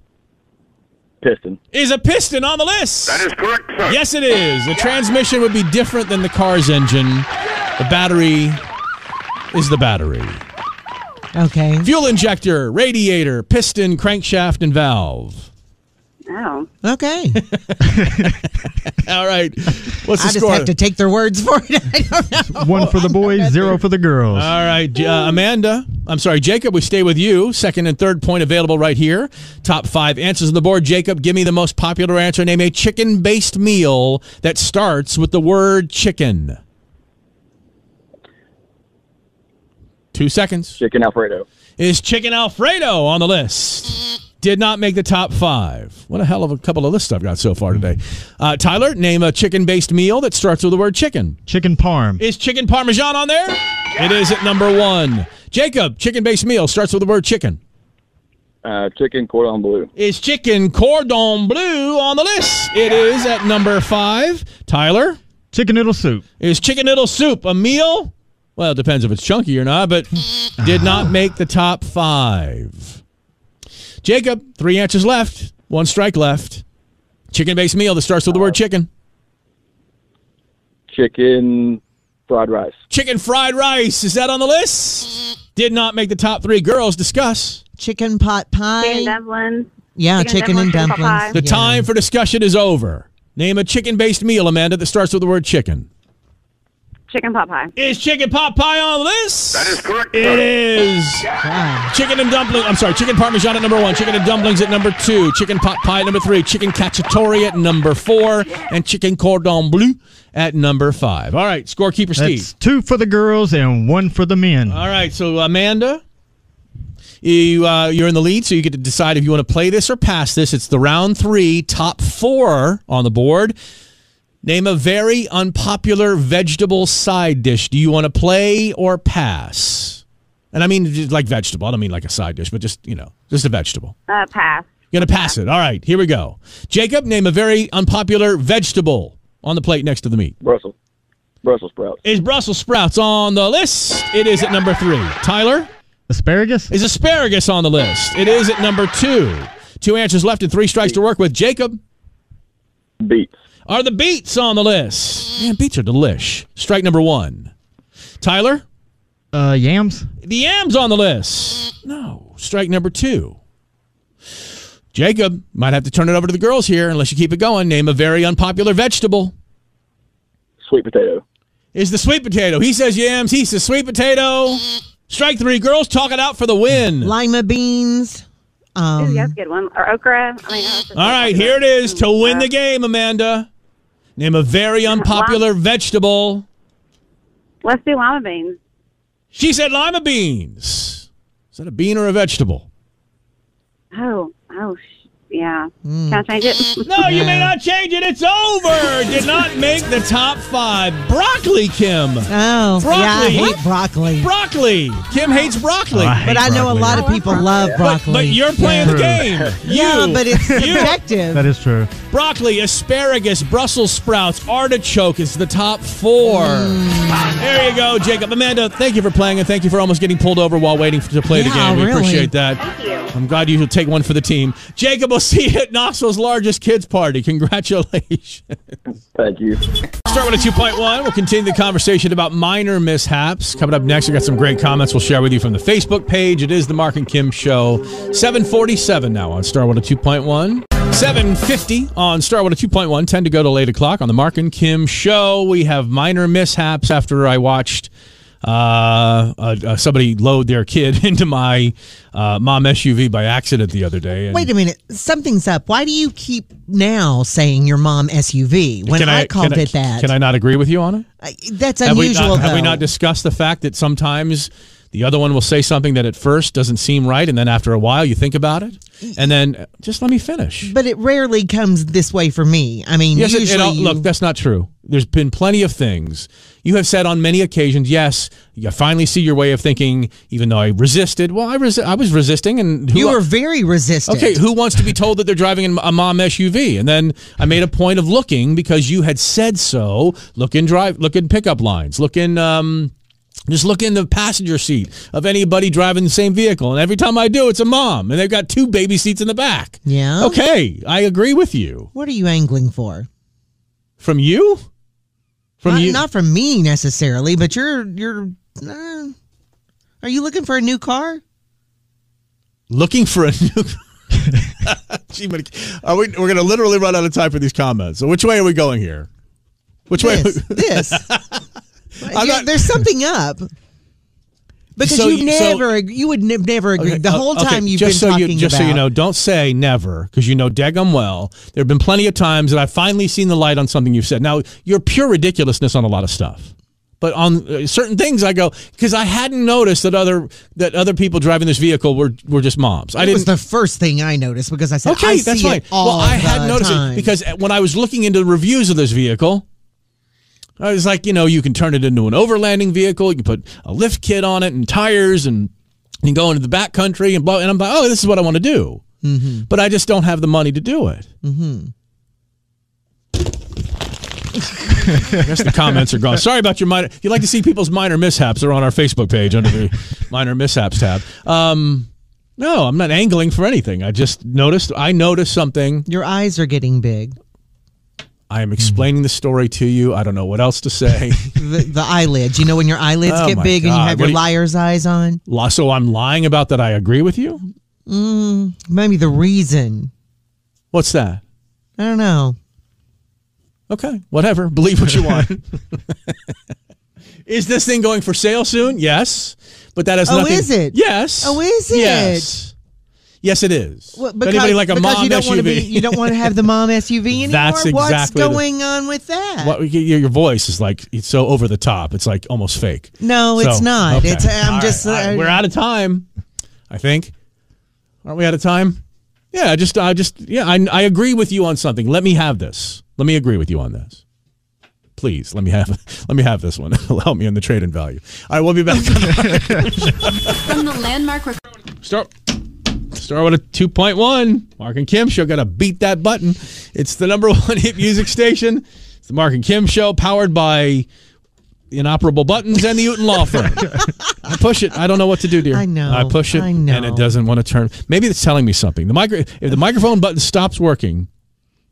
Piston.
Is a piston on the list?
That is correct, sir.
yes, it is. The transmission would be different than the car's engine. The battery is the battery.
Okay.
Fuel injector, radiator, piston, crankshaft, and valve.
Oh.
Okay.
All right. What's the
I just
score?
have to take their words for it. I don't know.
One for the boys, zero for the girls.
All right, J- uh, Amanda. I'm sorry, Jacob. We stay with you. Second and third point available right here. Top five answers on the board. Jacob, give me the most popular answer. Name a chicken-based meal that starts with the word chicken. Two seconds.
Chicken Alfredo.
Is chicken Alfredo on the list? Did not make the top five. What a hell of a couple of lists I've got so far today. Uh, Tyler, name a chicken-based meal that starts with the word chicken.
Chicken parm.
Is chicken parmesan on there? It is at number one. Jacob, chicken based meal starts with the word chicken.
Uh, chicken cordon bleu.
Is chicken cordon bleu on the list? It is at number five. Tyler,
Chicken noodle soup.
is chicken noodle soup a meal? Well, it depends if it's chunky or not, but did not make the top five. Jacob, three answers left, one strike left. Chicken based meal that starts with the word chicken.
Chicken fried rice.
Chicken fried rice, is that on the list? Did not make the top three. Girls, discuss.
Chicken pot
Chicken
pie.
dumpling.
Yeah,
chicken
chicken and
dumplings,
dumplings.
The
Yeah.
time for discussion is over. Name a chicken based meal, Amanda, that starts with the word chicken.
Chicken pot pie.
Is chicken pot pie on the list? That
is correct,
It
sir.
is. Chicken and dumpling. I'm sorry. Chicken parmesan at number one. Chicken and dumplings at number two. Chicken pot pie at number three. Chicken cacciatore at number four. And chicken cordon bleu at number five. All right. Scorekeeper Steve.
That's two for the girls and one for the men.
All right, so Amanda, you uh, you're in the lead, so you get to decide if you want to play this or pass this. It's the round three, top four on the board. Name a very unpopular vegetable side dish. Do you want to play or pass? And I mean just like vegetable. I don't mean like a side dish, but just you know, just a vegetable.
Uh, pass.
You're gonna pass it. All right, here we go. Jacob, name a very unpopular vegetable on the plate next to the meat.
Brussels. Brussels sprouts.
Is Brussels sprouts on the list? It is at number three. Tyler.
Asparagus?
Is asparagus on the list? It is at number two. Two answers left and three strikes to work with. Jacob,
Beets.
are the beets on the list? Man, beets are delish. Strike number one. Tyler,
Uh, yams?
the yams on the list? No. Strike number two. Jacob, might have to turn it over to the girls here unless you keep it going. Name a very unpopular vegetable.
Sweet potato.
Is the sweet potato. He says yams, he says sweet potato. Strike three. Girls, talk it out for the win.
Lima beans.
Ooh,
Um,
that's a good one. Or okra. I mean, that's just-
All right, here it is to win the game, Amanda. Name a very unpopular vegetable.
Let's do lima beans.
She said lima beans. Is that a bean or a vegetable?
Oh, oh, sh- yeah. Can I change it?
No, you may not change it. It's over. Did not make the top five. Broccoli, Kim.
Oh, yeah, I
Broccoli.
hate broccoli.
Broccoli. Kim hates broccoli.
Oh, I hate
but I know
broccoli.
a lot of people love
But,
broccoli.
but you're playing the
Yeah.
game. You,
Yeah, but it's
You.
subjective.
That is true.
broccoli, asparagus, Brussels sprouts, artichoke is the top four. There you go, Jacob. Amanda, thank you for playing and thank you for almost getting pulled over while waiting to play the
Yeah,
game. We
really.
appreciate that. I'm glad you will take one for the team. Jacob, we'll see you at Knoxville's largest kids party. Congratulations.
Thank you.
Start with a 2.1. We'll continue the conversation about minor mishaps. Coming up next, we got some great comments we'll share with you from the Facebook page. It is the Mark and Kim Show. 747 now on oh Starwater 2.1. 750 on oh Starwater 2.1. 10 to go till 8 o'clock on the Mark and Kim Show. We have minor mishaps after I watched uh, uh, uh, somebody load their kid into my uh, mom SUV by accident the other day. And-
Wait a minute. Something's up. Why do you keep now saying your mom SUV when
Can
I, called
can
it that?
Can I not agree with you on it?
I- That's
Have
unusual,
we, not,
though.
have we not discussed the fact that sometimes the other one will say something that at first doesn't seem right, and then after a while you think about it, and then just let me finish.
but it rarely comes this way for me. I mean,
Yes, it- it
usually
all-
you-
look, that's not true. There's been plenty of things you have said on many occasions. Yes, you finally see your way of thinking, even though I resisted. Well, I resi- I was resisting, and who
you
el-
are very resistant.
Okay, who wants to be told that they're driving in a mom SUV? And then I made a point of looking because you had said so. Look in drive, look in pickup lines, look in. Um, just look in the passenger seat of anybody driving the same vehicle. And every time I do, it's a mom. And they've got two baby seats in the back.
Yeah.
Okay. I agree with you.
What are you angling for?
From you? From
not,
you?
not from me necessarily, but you're you're. Uh, are you looking for a new car?
looking for a new. Gee, but are we, we're going to literally run out of time for these comments. So, which way are we going here? Which way?
This, this. You-
not-
there's something up. Because
So
you
you- so-
never, ag you would nev- never agree the
Okay,
whole
uh, okay,
time you've
just so
been talking
you, just
about.
so you know, don't say never because you know daggum well. There have been plenty of times that I've finally seen the light on something you've said. Now you're pure ridiculousness on a lot of stuff, but on uh, certain things I go because I hadn't noticed that other that other people driving this vehicle were were just moms. I
It was
didn't.
the first thing I noticed because I said,
okay,
I see
that's fine.
it all
well, I
the
had noticed
time.
it because uh, when I was looking into reviews of this vehicle. I was like, you know, you can turn it into an overlanding vehicle. You can put a lift kit on it and tires and you can go into the back country and blah. And I'm like, oh, this is what I want to do.
Mm-hmm.
But I just don't have the money to do it. I guess the comments are gone. Sorry about your minor. If you'd like to see people's minor mishaps, they're on our Facebook page under the minor mishaps tab. Um, no, I'm not angling for anything. I just noticed. I noticed something.
your eyes are getting big.
I
Mm-hmm.
am explaining the story to you. I don't know what else to say.
The, the eyelids, you know, when your eyelids
Oh
get
my
big and you
God,
have
what
your
do you-
liar's eyes on.
Lo- So I'm lying about that I agree with you?
Maybe the reason.
What's that?
I don't know.
Okay, whatever. Believe what you want. Is this thing going for sale soon? Yes, but that has
Oh,
nothing.
is it?
Yes.
Oh, is it?
Yes. Yes, it is.
Well,
If anybody like a
because
mom
you don't wanna
SUV?
Be, you don't want to have the mom SUV anymore.
That's
What's
exactly the-
going on with that?
What, your, your voice is like it's so over the top. It's like almost fake.
No,
So,
it's not.
okay.
It's I'm
All
just.
right, all right.
uh,
we're out of time. I think. Aren't we out of time? Yeah. I Just. I just. Yeah. I. I agree with you on something. Let me have this. Let me agree with you on this. Please let me have. Let me have this one. Help me on the trade in value. All right. We'll be back.
From the Landmark Rec-
Start. Start with a 2.1. Mark and Kim show. Got to beat that button. It's the number one hit music station. It's the Mark and Kim show, powered by inoperable buttons and the Uton Law Firm. I push it. I don't know what to do, dear.
I know.
I push it,
I know.
and it doesn't want to turn. Maybe it's telling me something. The micro. If the microphone button stops working,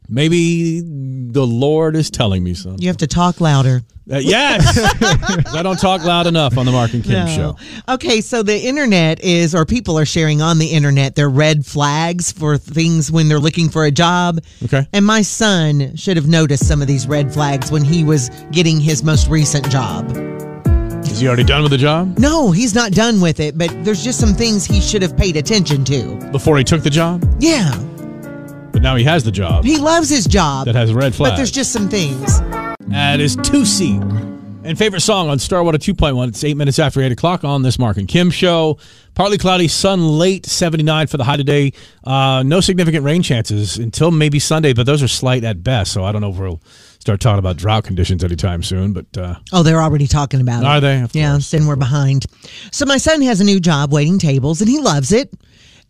maybe the Lord is telling me something.
You have to talk louder.
Uh, yes. 'Cause I don't talk loud enough on the Mark and Kim show.
Okay, so the internet is, or people are sharing on the internet their red flags for things when they're looking for a job.
Okay.
And my son should have noticed some of these red flags when he was getting his most recent job.
Is he already done with the job
No, he's not done with it, but there's just some things he should have paid attention to.
before he took the job?
Yeah,
But now he has the job.
he loves his job.
that has red flags.
But there's just some things.
that is two C. And favorite song on Starwater 2.1. It's eight minutes after eight o'clock on this Mark and Kim show. Partly cloudy, sun late, 79 for the high today. Uh, no significant rain chances until maybe Sunday, but those are slight at best. So I don't know if we'll start talking about drought conditions anytime soon. But uh,
Oh, they're already talking about it.
Are they? Of
yeah,
course,
then we're behind. So my son has a new job waiting tables, and he loves it.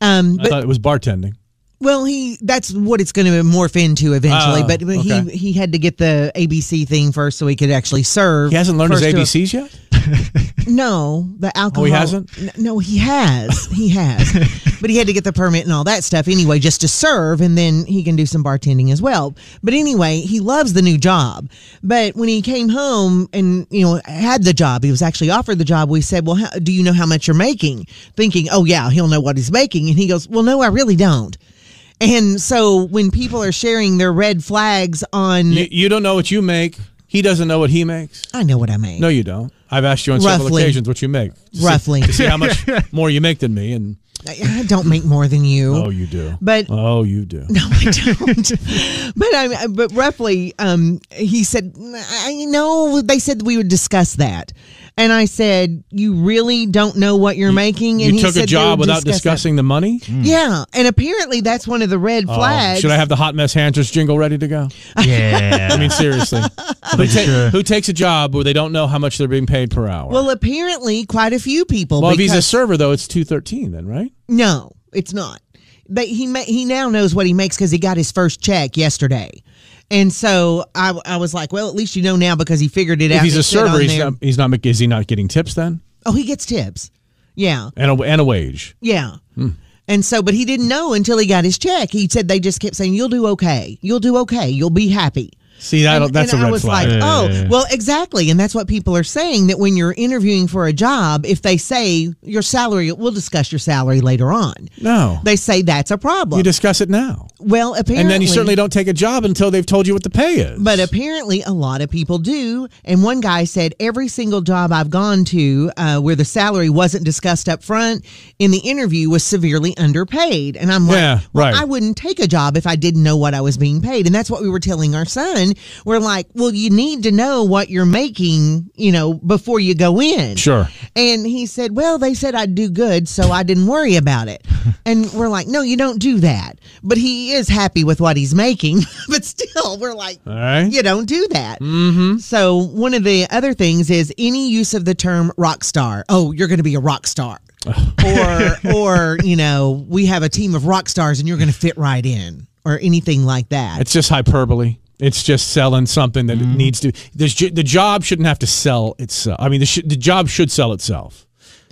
Um,
I
but
thought it was bartending.
well, he—that's what it's going to morph into eventually.
Ah,
but
okay.
he he had to get the ABC thing first so he could actually serve.
He hasn't learned his
first to-
ABCs yet?
no, the alcohol.
Oh, hasn't?
N- No, he has. He has. but he had to get the permit and all that stuff anyway, just to serve, and then he can do some bartending as well. But anyway, he loves the new job. But when he came home and you know had the job, he was actually offered the job. We said, "Well, how, do you know how much you're making?" Thinking, "Oh yeah, he'll know what he's making," and he goes, "Well, no, I really don't." And so when people are sharing their red flags on,
You, you don't know what you make. He doesn't know what he makes.
I know what I mean.
No, you don't. I've asked you on several
Roughly.
occasions what you make. To see-
Roughly.
To see how much more you make than me. And
I, I don't make more than you.
Oh, you do.
But-
oh, you do.
No, I don't. but I, but roughly, um, he said, I know they said we would discuss that, and I said, you really don't know what you're making.
you
And he
took
said
a
they
job
would
without
discuss that.
discussing the money.
Yeah, and apparently that's one of the red
Oh,
flags.
should I have the hot mess Hansers jingle ready to go?
Yeah.
I mean, seriously, who, ta- who takes a job where they don't know how much they're being paid per hour?
Well, apparently, quite a few people.
Well, if he's a
because-
server though, it's two thirteen then, right?
No, it's not. But he ma- he now knows what he makes because he got his first check yesterday, and so I I was like, well, at least you know now because he figured it out.
if he's
It
a
said on
server, he's
there-
not, he's not. Is he not getting tips then?
Oh, he gets tips. Yeah,
And a, and a wage.
yeah.
Hmm.
And so, but he didn't know until he got his check. He said they just kept saying, "You'll do okay. You'll do okay. You'll be happy."
See, I don't,
And-
that's
and
a red
I was
flag.
like, "Oh, well, exactly." And that's what people are saying that when you're interviewing for a job, if they say your salary, we'll discuss your salary later on.
no,
They say that's a problem.
you discuss it now,
well, apparently,
and then you certainly don't take a job until they've told you what the pay is.
But apparently, a lot of people do. And one guy said every single job I've gone to uh, where the salary wasn't discussed up front in the interview was severely underpaid. And I'm like,
Yeah,
well,
right.
I wouldn't take a job if I didn't know what I was being paid. And that's what we were telling our son. We're like, well, you need to know what you're making, you know, before you go in.
sure,
And he said, Well, they said I'd do good, so I didn't worry about it. And we're like, No, you don't do that. But he is happy with what he's making. but still, we're like,
all right.
You don't do that. Mm-hmm. So, one of the other things is any use of the term rock star. Oh, you're going to be a rock star. or, or, you know, we have a team of rock stars and you're going to fit right in or anything like that.
It's just hyperbole. It's just selling something that
Mm-hmm.
it needs to. There's, ju- the job shouldn't have to sell itself. I mean, the, sh- the job should sell itself.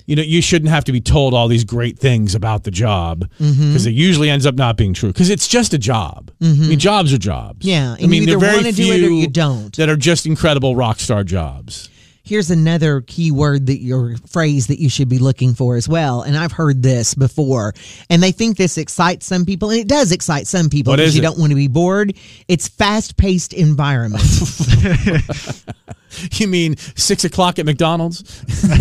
You know, you shouldn't have to be told all these great things about the job because
Mm-hmm.
it usually ends up not being true because it's just a job. I mean, jobs are jobs.
Yeah, and
I
you
mean, there
either
are very
wanna do
few
it or you don't.
that are just incredible rock star jobs.
Here's another key word that your phrase that you should be looking for as well. And I've heard this before, and they think this excites some people, and it does excite some people
What
because
is
you
it?
don't want to be bored. It's fast paced environment.
You mean six o'clock at McDonald's,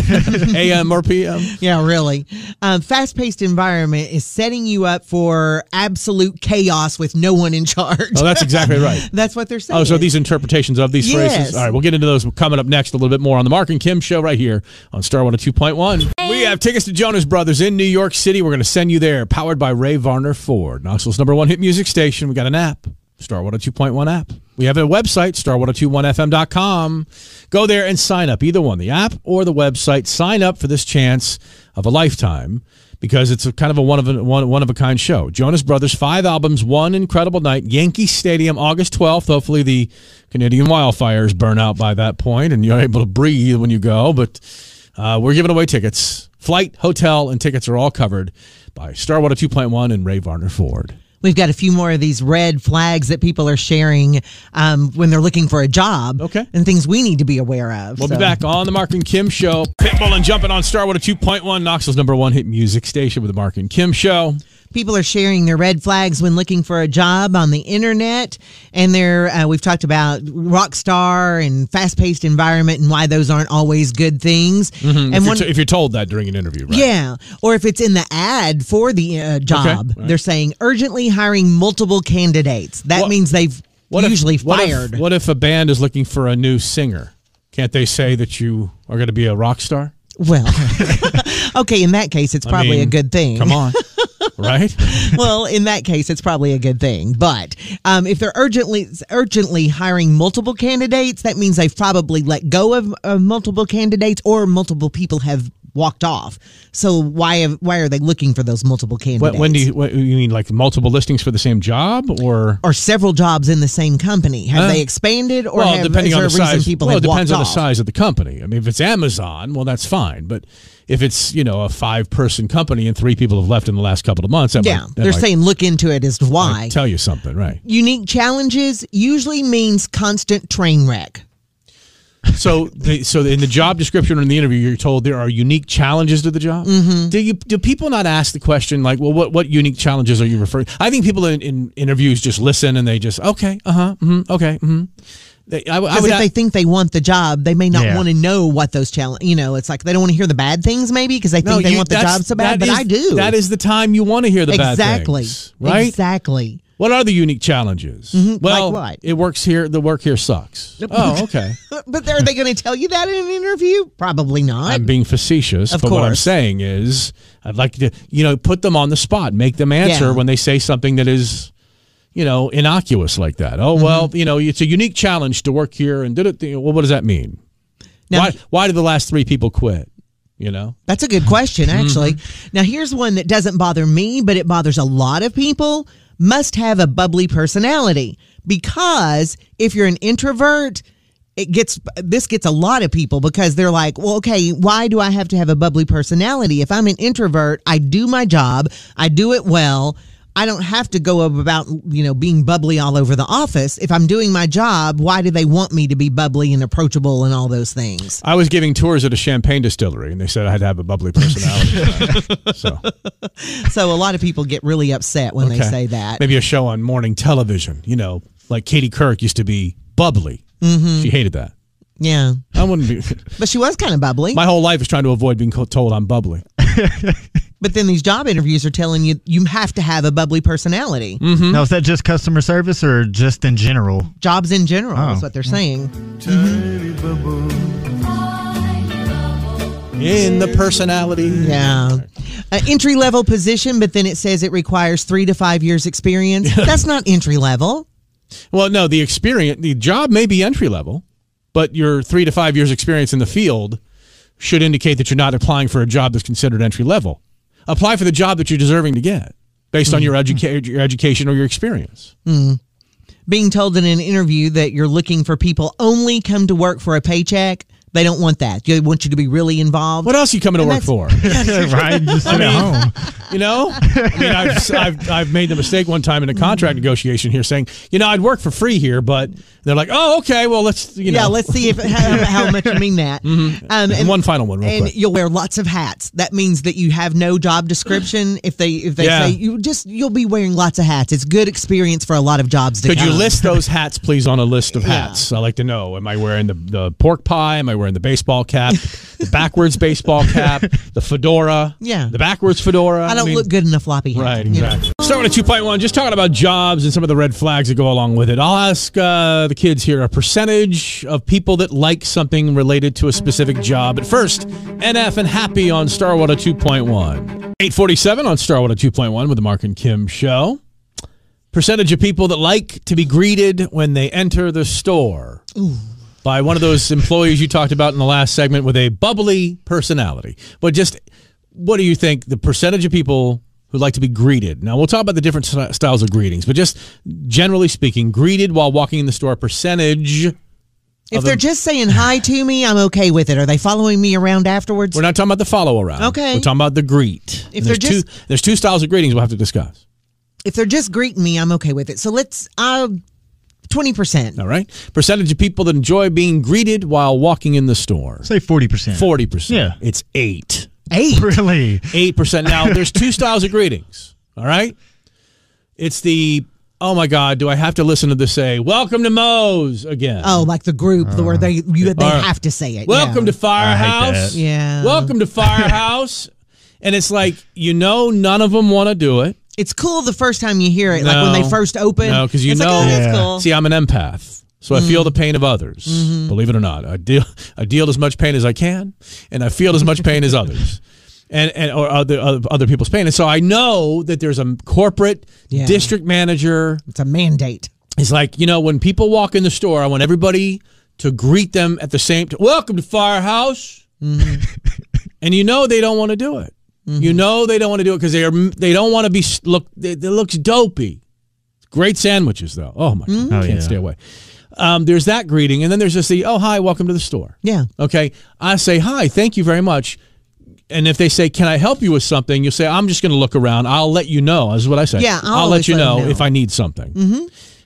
a.m. or p.m.
Yeah, really. Um, Fast paced environment is setting you up for absolute chaos with no one in charge.
Oh, that's exactly right.
That's what they're saying.
Oh, so these interpretations of these
Yes.
phrases. All right, we'll get into those coming up next a little bit more on the Mark and Kim show right here on Star 102.1. We have tickets to Jonas Brothers in New York City. We're going to send you there, powered by Ray Varner Ford, Knoxville's number one hit music station. We got an app, Star 102.1 app. We have a website, star1021fm.com. Go there and sign up, either one, the app or the website. Sign up for this chance of a lifetime because it's a kind of a one of a one, one of a kind show. Jonas Brothers, five albums, one incredible night. Yankee Stadium, August twelfth. Hopefully the Canadian wildfires burn out by that point, and you're able to breathe when you go. But uh, we're giving away tickets. Flight, hotel, and tickets are all covered by Starwater two point one and Ray Varner Ford.
We've got a few more of these red flags that people are sharing um, when they're looking for a job.
Okay.
And things we need to be aware of.
We'll
so.
be back on the Mark and Kim show. Pitbull and jumping on Starwater two point one, Knoxville's number one hit music station with the Mark and Kim show.
People are sharing their red flags when looking for a job on the internet, and they're uh, we've talked about rock star and fast paced environment and why those aren't always good things. And
Mm-hmm. If,
one-
you're, t- if you're told that during an interview, right?
Yeah, or if it's in the ad for the uh, job,
right.
they're saying urgently hiring multiple candidates. That
What-
means they've
if-
usually
what if-
fired.
What if, a band is looking for a new singer? Can't they say that you are going to be a rock star?
well, okay, in that case, it's
I
probably a
mean,
good thing.
Come on, right?
well, in that case, it's probably a good thing. But um, if they're urgently urgently hiring multiple candidates, that means they've probably let go of, of multiple candidates, or multiple people have walked off. So why have, why are they looking for those multiple
When,
candidates?
when do you, what, you mean like multiple listings for the same job, or
or several jobs in the same company? Have
Uh,
they expanded, or
well,
have,
depending
is
on
there
the
a reason
size.
people
well, it
have
depends on
walked
the
off?
size of the company. I mean, if it's Amazon, well, that's fine. But if it's you know a five-person company and three people have left in the last couple of months, that
Yeah,
might, that
they're
might-
saying look into it as to
might
why.
tell you something, right?
Unique challenges usually means constant train wreck.
So, the, so in the job description or in the interview, you're told there are unique challenges to the job.
Mm-hmm.
Do you do people not ask the question like, well, what what unique challenges are you referring? I think people in, in interviews just listen and they just okay, uh huh, mm okay, mm. They, I, w- I
Because
would
if they
a-
think they want the job, they may not
Yeah.
want to know what those challenge. You know, it's like they don't want to hear the bad things, maybe because they think
No,
they
you-
want the
that's-
job so bad.
that
But
is-
I do.
That is the time you want to hear the bad
exactly
things, right?
Exactly.
What are the unique challenges? Well,
Mm-hmm. like what?
it works here. The work here sucks. oh, okay.
But are they going to tell you that in an interview? Probably not.
I'm being facetious,
Of
but what I'm
course.
saying is, I'd like to, you know, put them on the spot, make them answer
Yeah.
when they say something that is, you know, innocuous like that. Oh
Mm-hmm.
well, you know, it's a unique challenge to work here, and did it. you know, Well, what does that mean?
Now-
why? Why did the last three people quit? You know,
That's a good question, actually. Now, here's one that doesn't bother me, but it bothers a lot of people. Must have a bubbly personality because if you're an introvert, it gets this gets a lot of people because they're like, well, okay, why do I have to have a bubbly personality? If I'm an introvert, I do my job, I do it well. I don't have to go about, you know, being bubbly all over the office. If I'm doing my job, why do they want me to be bubbly and approachable and all those things?
I was giving tours at a champagne distillery, and they said I had to have a bubbly personality. so
So a lot of people get really upset when they
okay.
say that.
maybe a show on morning television. You know, like Katie Kirk used to be bubbly.
Mm-hmm.
She hated that.
Yeah.
I wouldn't be.
But she was kind of bubbly.
My whole life is trying to avoid being co- told I'm bubbly.
but then these job interviews are telling you you have to have a bubbly personality.
Mm.
Now, is that just customer service or just in general?
Jobs in general
Oh.
is what they're saying.
In the personality.
Yeah. An entry level position, but then it says it requires three to five years experience. That's not entry level.
Well, no, the experience, the job may be entry level, but your three to five years experience in the field should indicate that you're not applying for a job that's considered entry level. Apply for the job that you're deserving to get based on your, educa- your education or your experience.
Being told in an interview that you're looking for people only come to work for a paycheck, they don't want that. They want you to be really involved.
What else are you coming to work for?
right? Just sit at home.
You know, I mean, I've, I've, I've made the mistake one time in a contract negotiation here, saying, you know, I'd work for free here, but they're like, oh, okay, well, let's, you know, Mm-hmm.
yeah, let's see if how, how much you mean that. Um, and,
one final one, real
and
quick.
you'll wear lots of hats. That means that you have no job description. If they if they
Yeah.
say you just you'll be wearing lots of hats. It's good experience for a lot of jobs. To
Could you
come.
list those hats, please, on a list of hats? I like to know. Am I wearing the, the pork pie? Am I wearing the baseball cap? the backwards baseball cap? The fedora?
Yeah.
The backwards fedora?
I
mean-
don't look good in a floppy hat.
Right,
you know.
exactly. Starting at 2.1, just talking about jobs and some of the red flags that go along with it. I'll ask uh, the kids here a percentage of people that like something related to a specific job. But first, NF and Happy on Starwater 2.1. 847 on Starwater 2.1 with the Mark and Kim show. Percentage of people that like to be greeted when they enter the store by one of those employees you talked about in the last segment with a bubbly personality. But just what do you think the percentage of people who like to be greeted? Now, we'll talk about the different sty- styles of greetings, but just generally speaking, greeted while walking in the store percentage.
If they're just saying hi to me, I'm okay with it. Are they following me around afterwards?
We're not talking about the follow around.
Okay.
We're talking about the greet.
If
And
they're
there's, two, there's two styles of greetings we'll have to discuss.
if they're just greeting me, I'm okay with it. So let's uh twenty percent.
All right. Percentage of people that enjoy being greeted while walking in the store
Say 40%.
40%.
Yeah.
It's eight.
Eight.
Really?
eight percent. Now there's two styles of greetings. All right, it's the oh my god, do I have to listen to this say welcome to Moe's again?
Oh, like the group the where they you, they
Or,
have to say it.
Uh, welcome
yeah.
to Firehouse.
that.
Yeah.
welcome to Firehouse. and it's like you know, none of them want to do it.
It's cool the first time you hear it, like when
No.
they first open.
No, 'cause you
it's like,
know-
oh, that's
Yeah.
cool.
See, I'm an empath. So I feel
Mm-hmm.
the pain of others, believe it or not. I deal I deal as much pain as I can, and I feel as much pain as others, and and or other other, other people's pain. And so I know that there's a corporate
Yeah.
district manager,
It's a mandate.
It's like, you know, when people walk in the store, I want everybody to greet them at the same time. Welcome to Firehouse. Mm-hmm. and you know they don't want to do it.
Mm-hmm.
You know they don't want to do it because they are they don't want to be s- look. It looks dopey. Great sandwiches though. Oh my, god, I
Oh,
can't
yeah.
stay away. Um, there's that greeting, and then there's just the oh hi, welcome to the store.
Yeah.
Okay, I say hi, thank you very much. And if they say, "Can I help you with something?" you say, "I'm just going to look around. I'll let you know." Is what I say.
Yeah, I'll
let
always
you
let
know,
you know.
if I need something. Mm-hmm.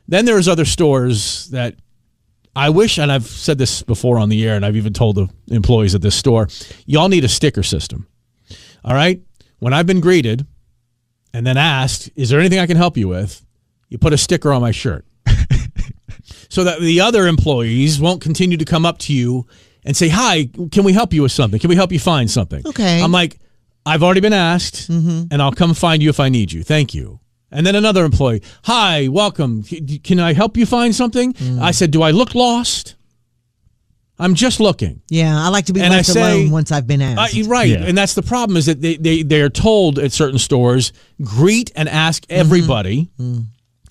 Then there's other stores that I wish, and I've said this before on the air, and I've even told the employees at this store, y'all need a sticker system. All right, when I've been greeted and then asked, "Is there anything I can help you with?" you put a sticker on my shirt so that the other employees won't continue to come up to you and say, "Hi, can we help you with something? Can we help you find something?"
Okay.
I'm like, I've already been asked, and I'll come find you if I need you. Thank you. And then another employee, "Hi, welcome. C- Can I help you find something?" I said, "Do I look lost?" I'm just looking.
Yeah, I like to be
And I
left
say-
alone once I've been
Uh,
asked.
you're right,
Yeah.
and that's the problem is that they, they they are told at certain stores greet and ask
Mm-hmm.
everybody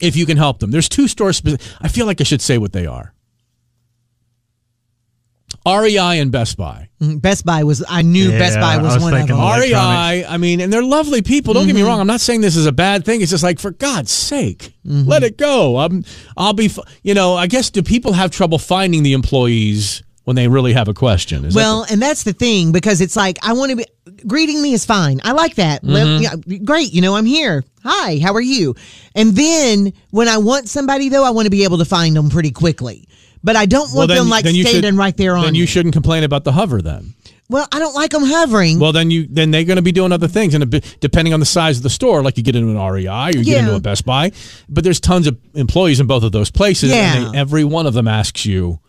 if you can help them. There's two stores. Speci- I feel like I should say what they are. REI and Best Buy.
Mm, Best Buy was I knew
Yeah,
Best Buy was,
I was
one of
thinking
them.
like-
REI,
Electronics.
I mean, and they're lovely people. Don't get
Mm-hmm.
me wrong. I'm not saying this is a bad thing. It's just like, for God's sake,
Mm-hmm.
let it go. I'm, I'll be, f- you know, I guess, do people have trouble finding the employees when they really have a question? Is that
well, and that's the thing because it's like I want to be greeting me is fine. I like that. Let-
Mm-hmm.
yeah, great, you know I'm here. Hi, how are you? And then when I want somebody though, I want to be able to find them pretty quickly. But I don't want
Well, then-
them like
then you should-
standing right there on.
Then you
me.
shouldn't complain about the hover then.
well, I don't like them hovering.
Well, then you then they're going to be doing other things, and a bit, depending on the size of the store, like you get into an REI, you get
Yeah.
into a Best Buy, but there's tons of employees in both of those places, and
Yeah.
they, every one of them asks you,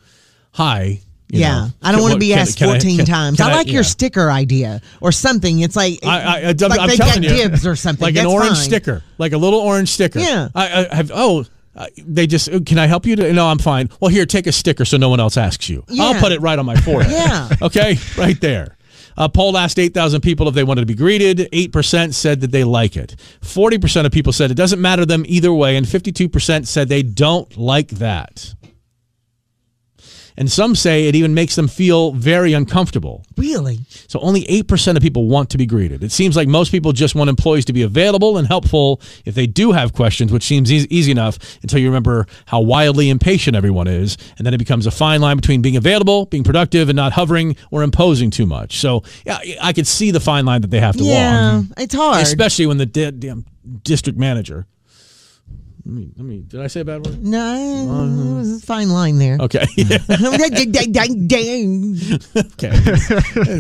"Hi." you
yeah,
know,
I don't
can-
want to
what-
be
can-
asked
can I-
14
can-
times.
can
I like
yeah.
your sticker idea or something. It's like
I, I, I'm,
like
I'm
they
telling
got
you,
dibs or something.
like an
That's
orange
fine.
sticker, like a little orange sticker.
Yeah.
I, I have. Oh, I- they just. uh, Can I help you? To, no, I'm fine. Well, here, take a sticker so no one else asks you. I'll
Yeah.
put it right on my forehead.
Yeah.
Okay, right there. A poll asked 8,000 people if they wanted to be greeted. 8% said that they like it. 40% of people said it doesn't matter them either way, and 52% said they don't like that. And some say it even makes them feel very uncomfortable.
Really?
So only 8% of people want to be greeted. It seems like most people just want employees to be available and helpful if they do have questions, which seems easy, easy enough until you remember how wildly impatient everyone is. And then it becomes a fine line between being available, being productive, and not hovering or imposing too much. So yeah, I could see the fine line that they have to
Yeah,
walk,
it's hard.
especially when the di- damn district manager. Let me, let me, did I say a bad word?
no, it was a fine line there.
Okay. Yeah,
we
okay. I didn't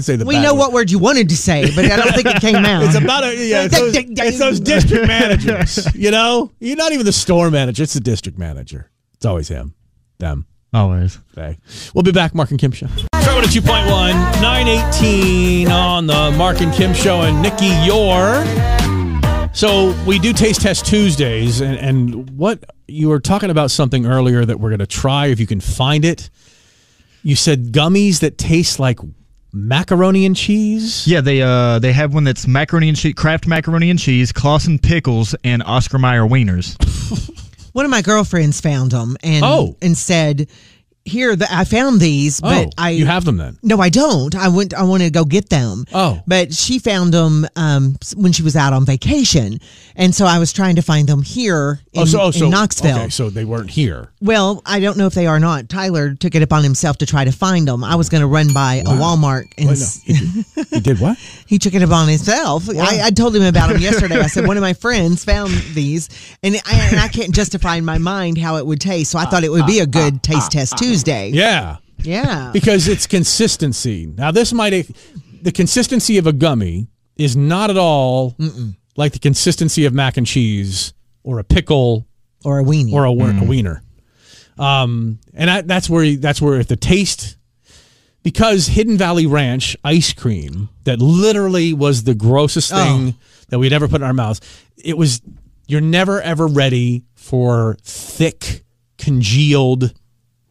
say the bad
know
word.
what word you wanted to say, but I don't think it came out.
It's about a, yeah, it's those, it's those district managers. You know, you're not even the store manager; it's the district manager. It's always him, them,
Always.
they. We'll be back, Mark and Kim show. Trevor to 2.1, 918 on the Mark and Kim show, and Nikki Yore. So we do taste test Tuesdays, and, and what you were talking about something earlier that we're going to try if you can find it. You said gummies that taste like macaroni and cheese.
Yeah, they uh they have one that's macaroni and cheese, Kraft macaroni and cheese, Clausen pickles, and Oscar Mayer wieners.
One of my girlfriends found them and
Oh.
and said, "Here, the, I found these,
Oh,
but I
you have them then.
No, I don't. I went. I want to go get them.
Oh.
but she found them um, s- when she was out on vacation, and so I was trying to find them here in, in Knoxville.
Okay, Oh, so they weren't here.
Well, I don't know if they are or not. Tyler took it upon himself to try to find them. I was going to run by a Walmart and
Wait, no,
s-
he, did, he did what?
he took it upon himself. I, I told him about him yesterday. I said one of my friends found these, and I, and I can't justify in my mind how it would taste. So I thought it would be a good taste test Tuesday.
Yeah,
yeah.
because it's consistency. Now this might the consistency of a gummy is not at all like the consistency of mac and cheese or a pickle
or a weenie.
or a, wiener. a wiener. Um, and I, that's where that's where if the taste, because Hidden Valley Ranch ice cream that literally was the
Oh.
grossest thing that we'd ever put in our mouths. It was you're never ever ready for thick congealed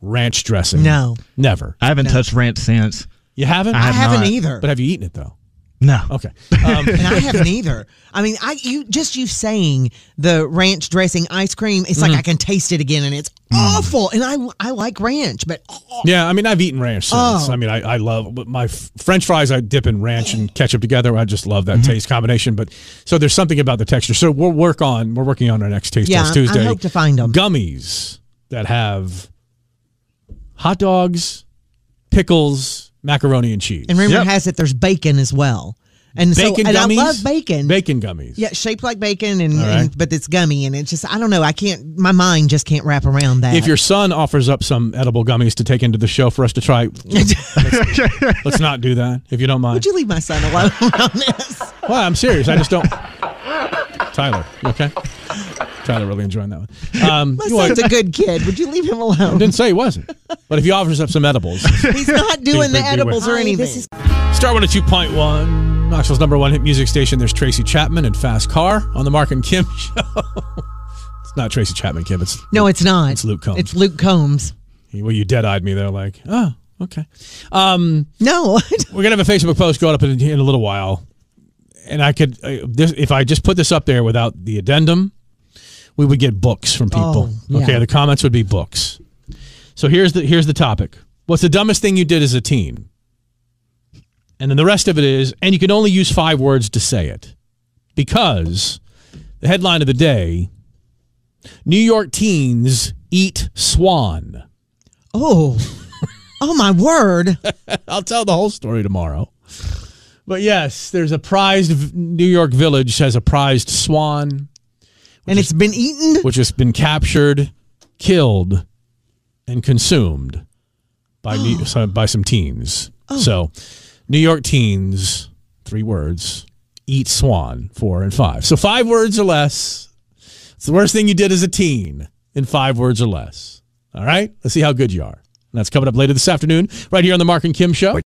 ranch dressing.
No.
never.
I haven't touched ranch since.
You haven't.
I haven't
not,
either.
But have you eaten it though?
No.
Okay. Um,
and I haven't either. I mean, I you just you saying the ranch dressing ice cream, it's
Mm-hmm.
like I can taste it again, and it's
Mm.
awful. And I I like ranch, but oh,
Yeah, I mean, I've eaten ranch since.
Oh.
I mean, I, I love but my f- French fries. I dip in ranch and ketchup together. I just love that taste combination. But so there's something about the texture. So we'll work on. We're working on our next taste
Yeah,
test
I- I
Tuesday.
hope to find 'em.
Gummies that have hot dogs, pickles, macaroni and cheese,
and rumor
Yep.
has it there's bacon as well, and
bacon
so and
gummies.
I love bacon.
Bacon gummies.
Yeah, shaped like bacon, and,
right.
and but it's gummy, and it's just I don't know. I can't. My mind just can't wrap around that.
If your son offers up some edible gummies to take into the show for us to try, let's, let's not do that if you don't mind.
would you leave my son alone on this?
Well, I'm serious. I just don't. Tyler, you okay? Tyler really enjoying that one. Um,
My
you are-
son's a good kid. Would you leave him alone?
didn't say he wasn't, but if he offers up some edibles,
He's not doing the
Beware.
edibles or anything.
Star One at two point one, Knoxville's number one hit music station. There's Tracy Chapman and Fast Car on the Mark and Kim show. it's not Tracy Chapman, Kim. It's
no, it's not.
It's Luke Combs.
It's Luke Combs.
well, you dead eyed me there, like, oh, okay. Um,
No,
we're gonna have a Facebook post going up in, in a little while, and I could uh, this, if I just put this up there without the addendum, we would get books from people.
Oh, yeah.
Okay, the comments would be books. So here's the here's the topic. What's the dumbest thing you did as a teen? And then the rest of it is, and you can only use five words to say it, because the headline of the day: New York teens eat swan.
Oh, oh my word!
I'll tell the whole story tomorrow. But yes, there's a prized v- New York village has a prized swan,
And it's been eaten.
which has been captured, killed, and consumed by New, some, by some teens. So, New York teens, three words, eat swan, four and five. So five words or less. It's the worst thing you did as a teen in five words or less. All right, let's see how good you are. And that's coming up later this afternoon, right here on the Mark and Kim Show.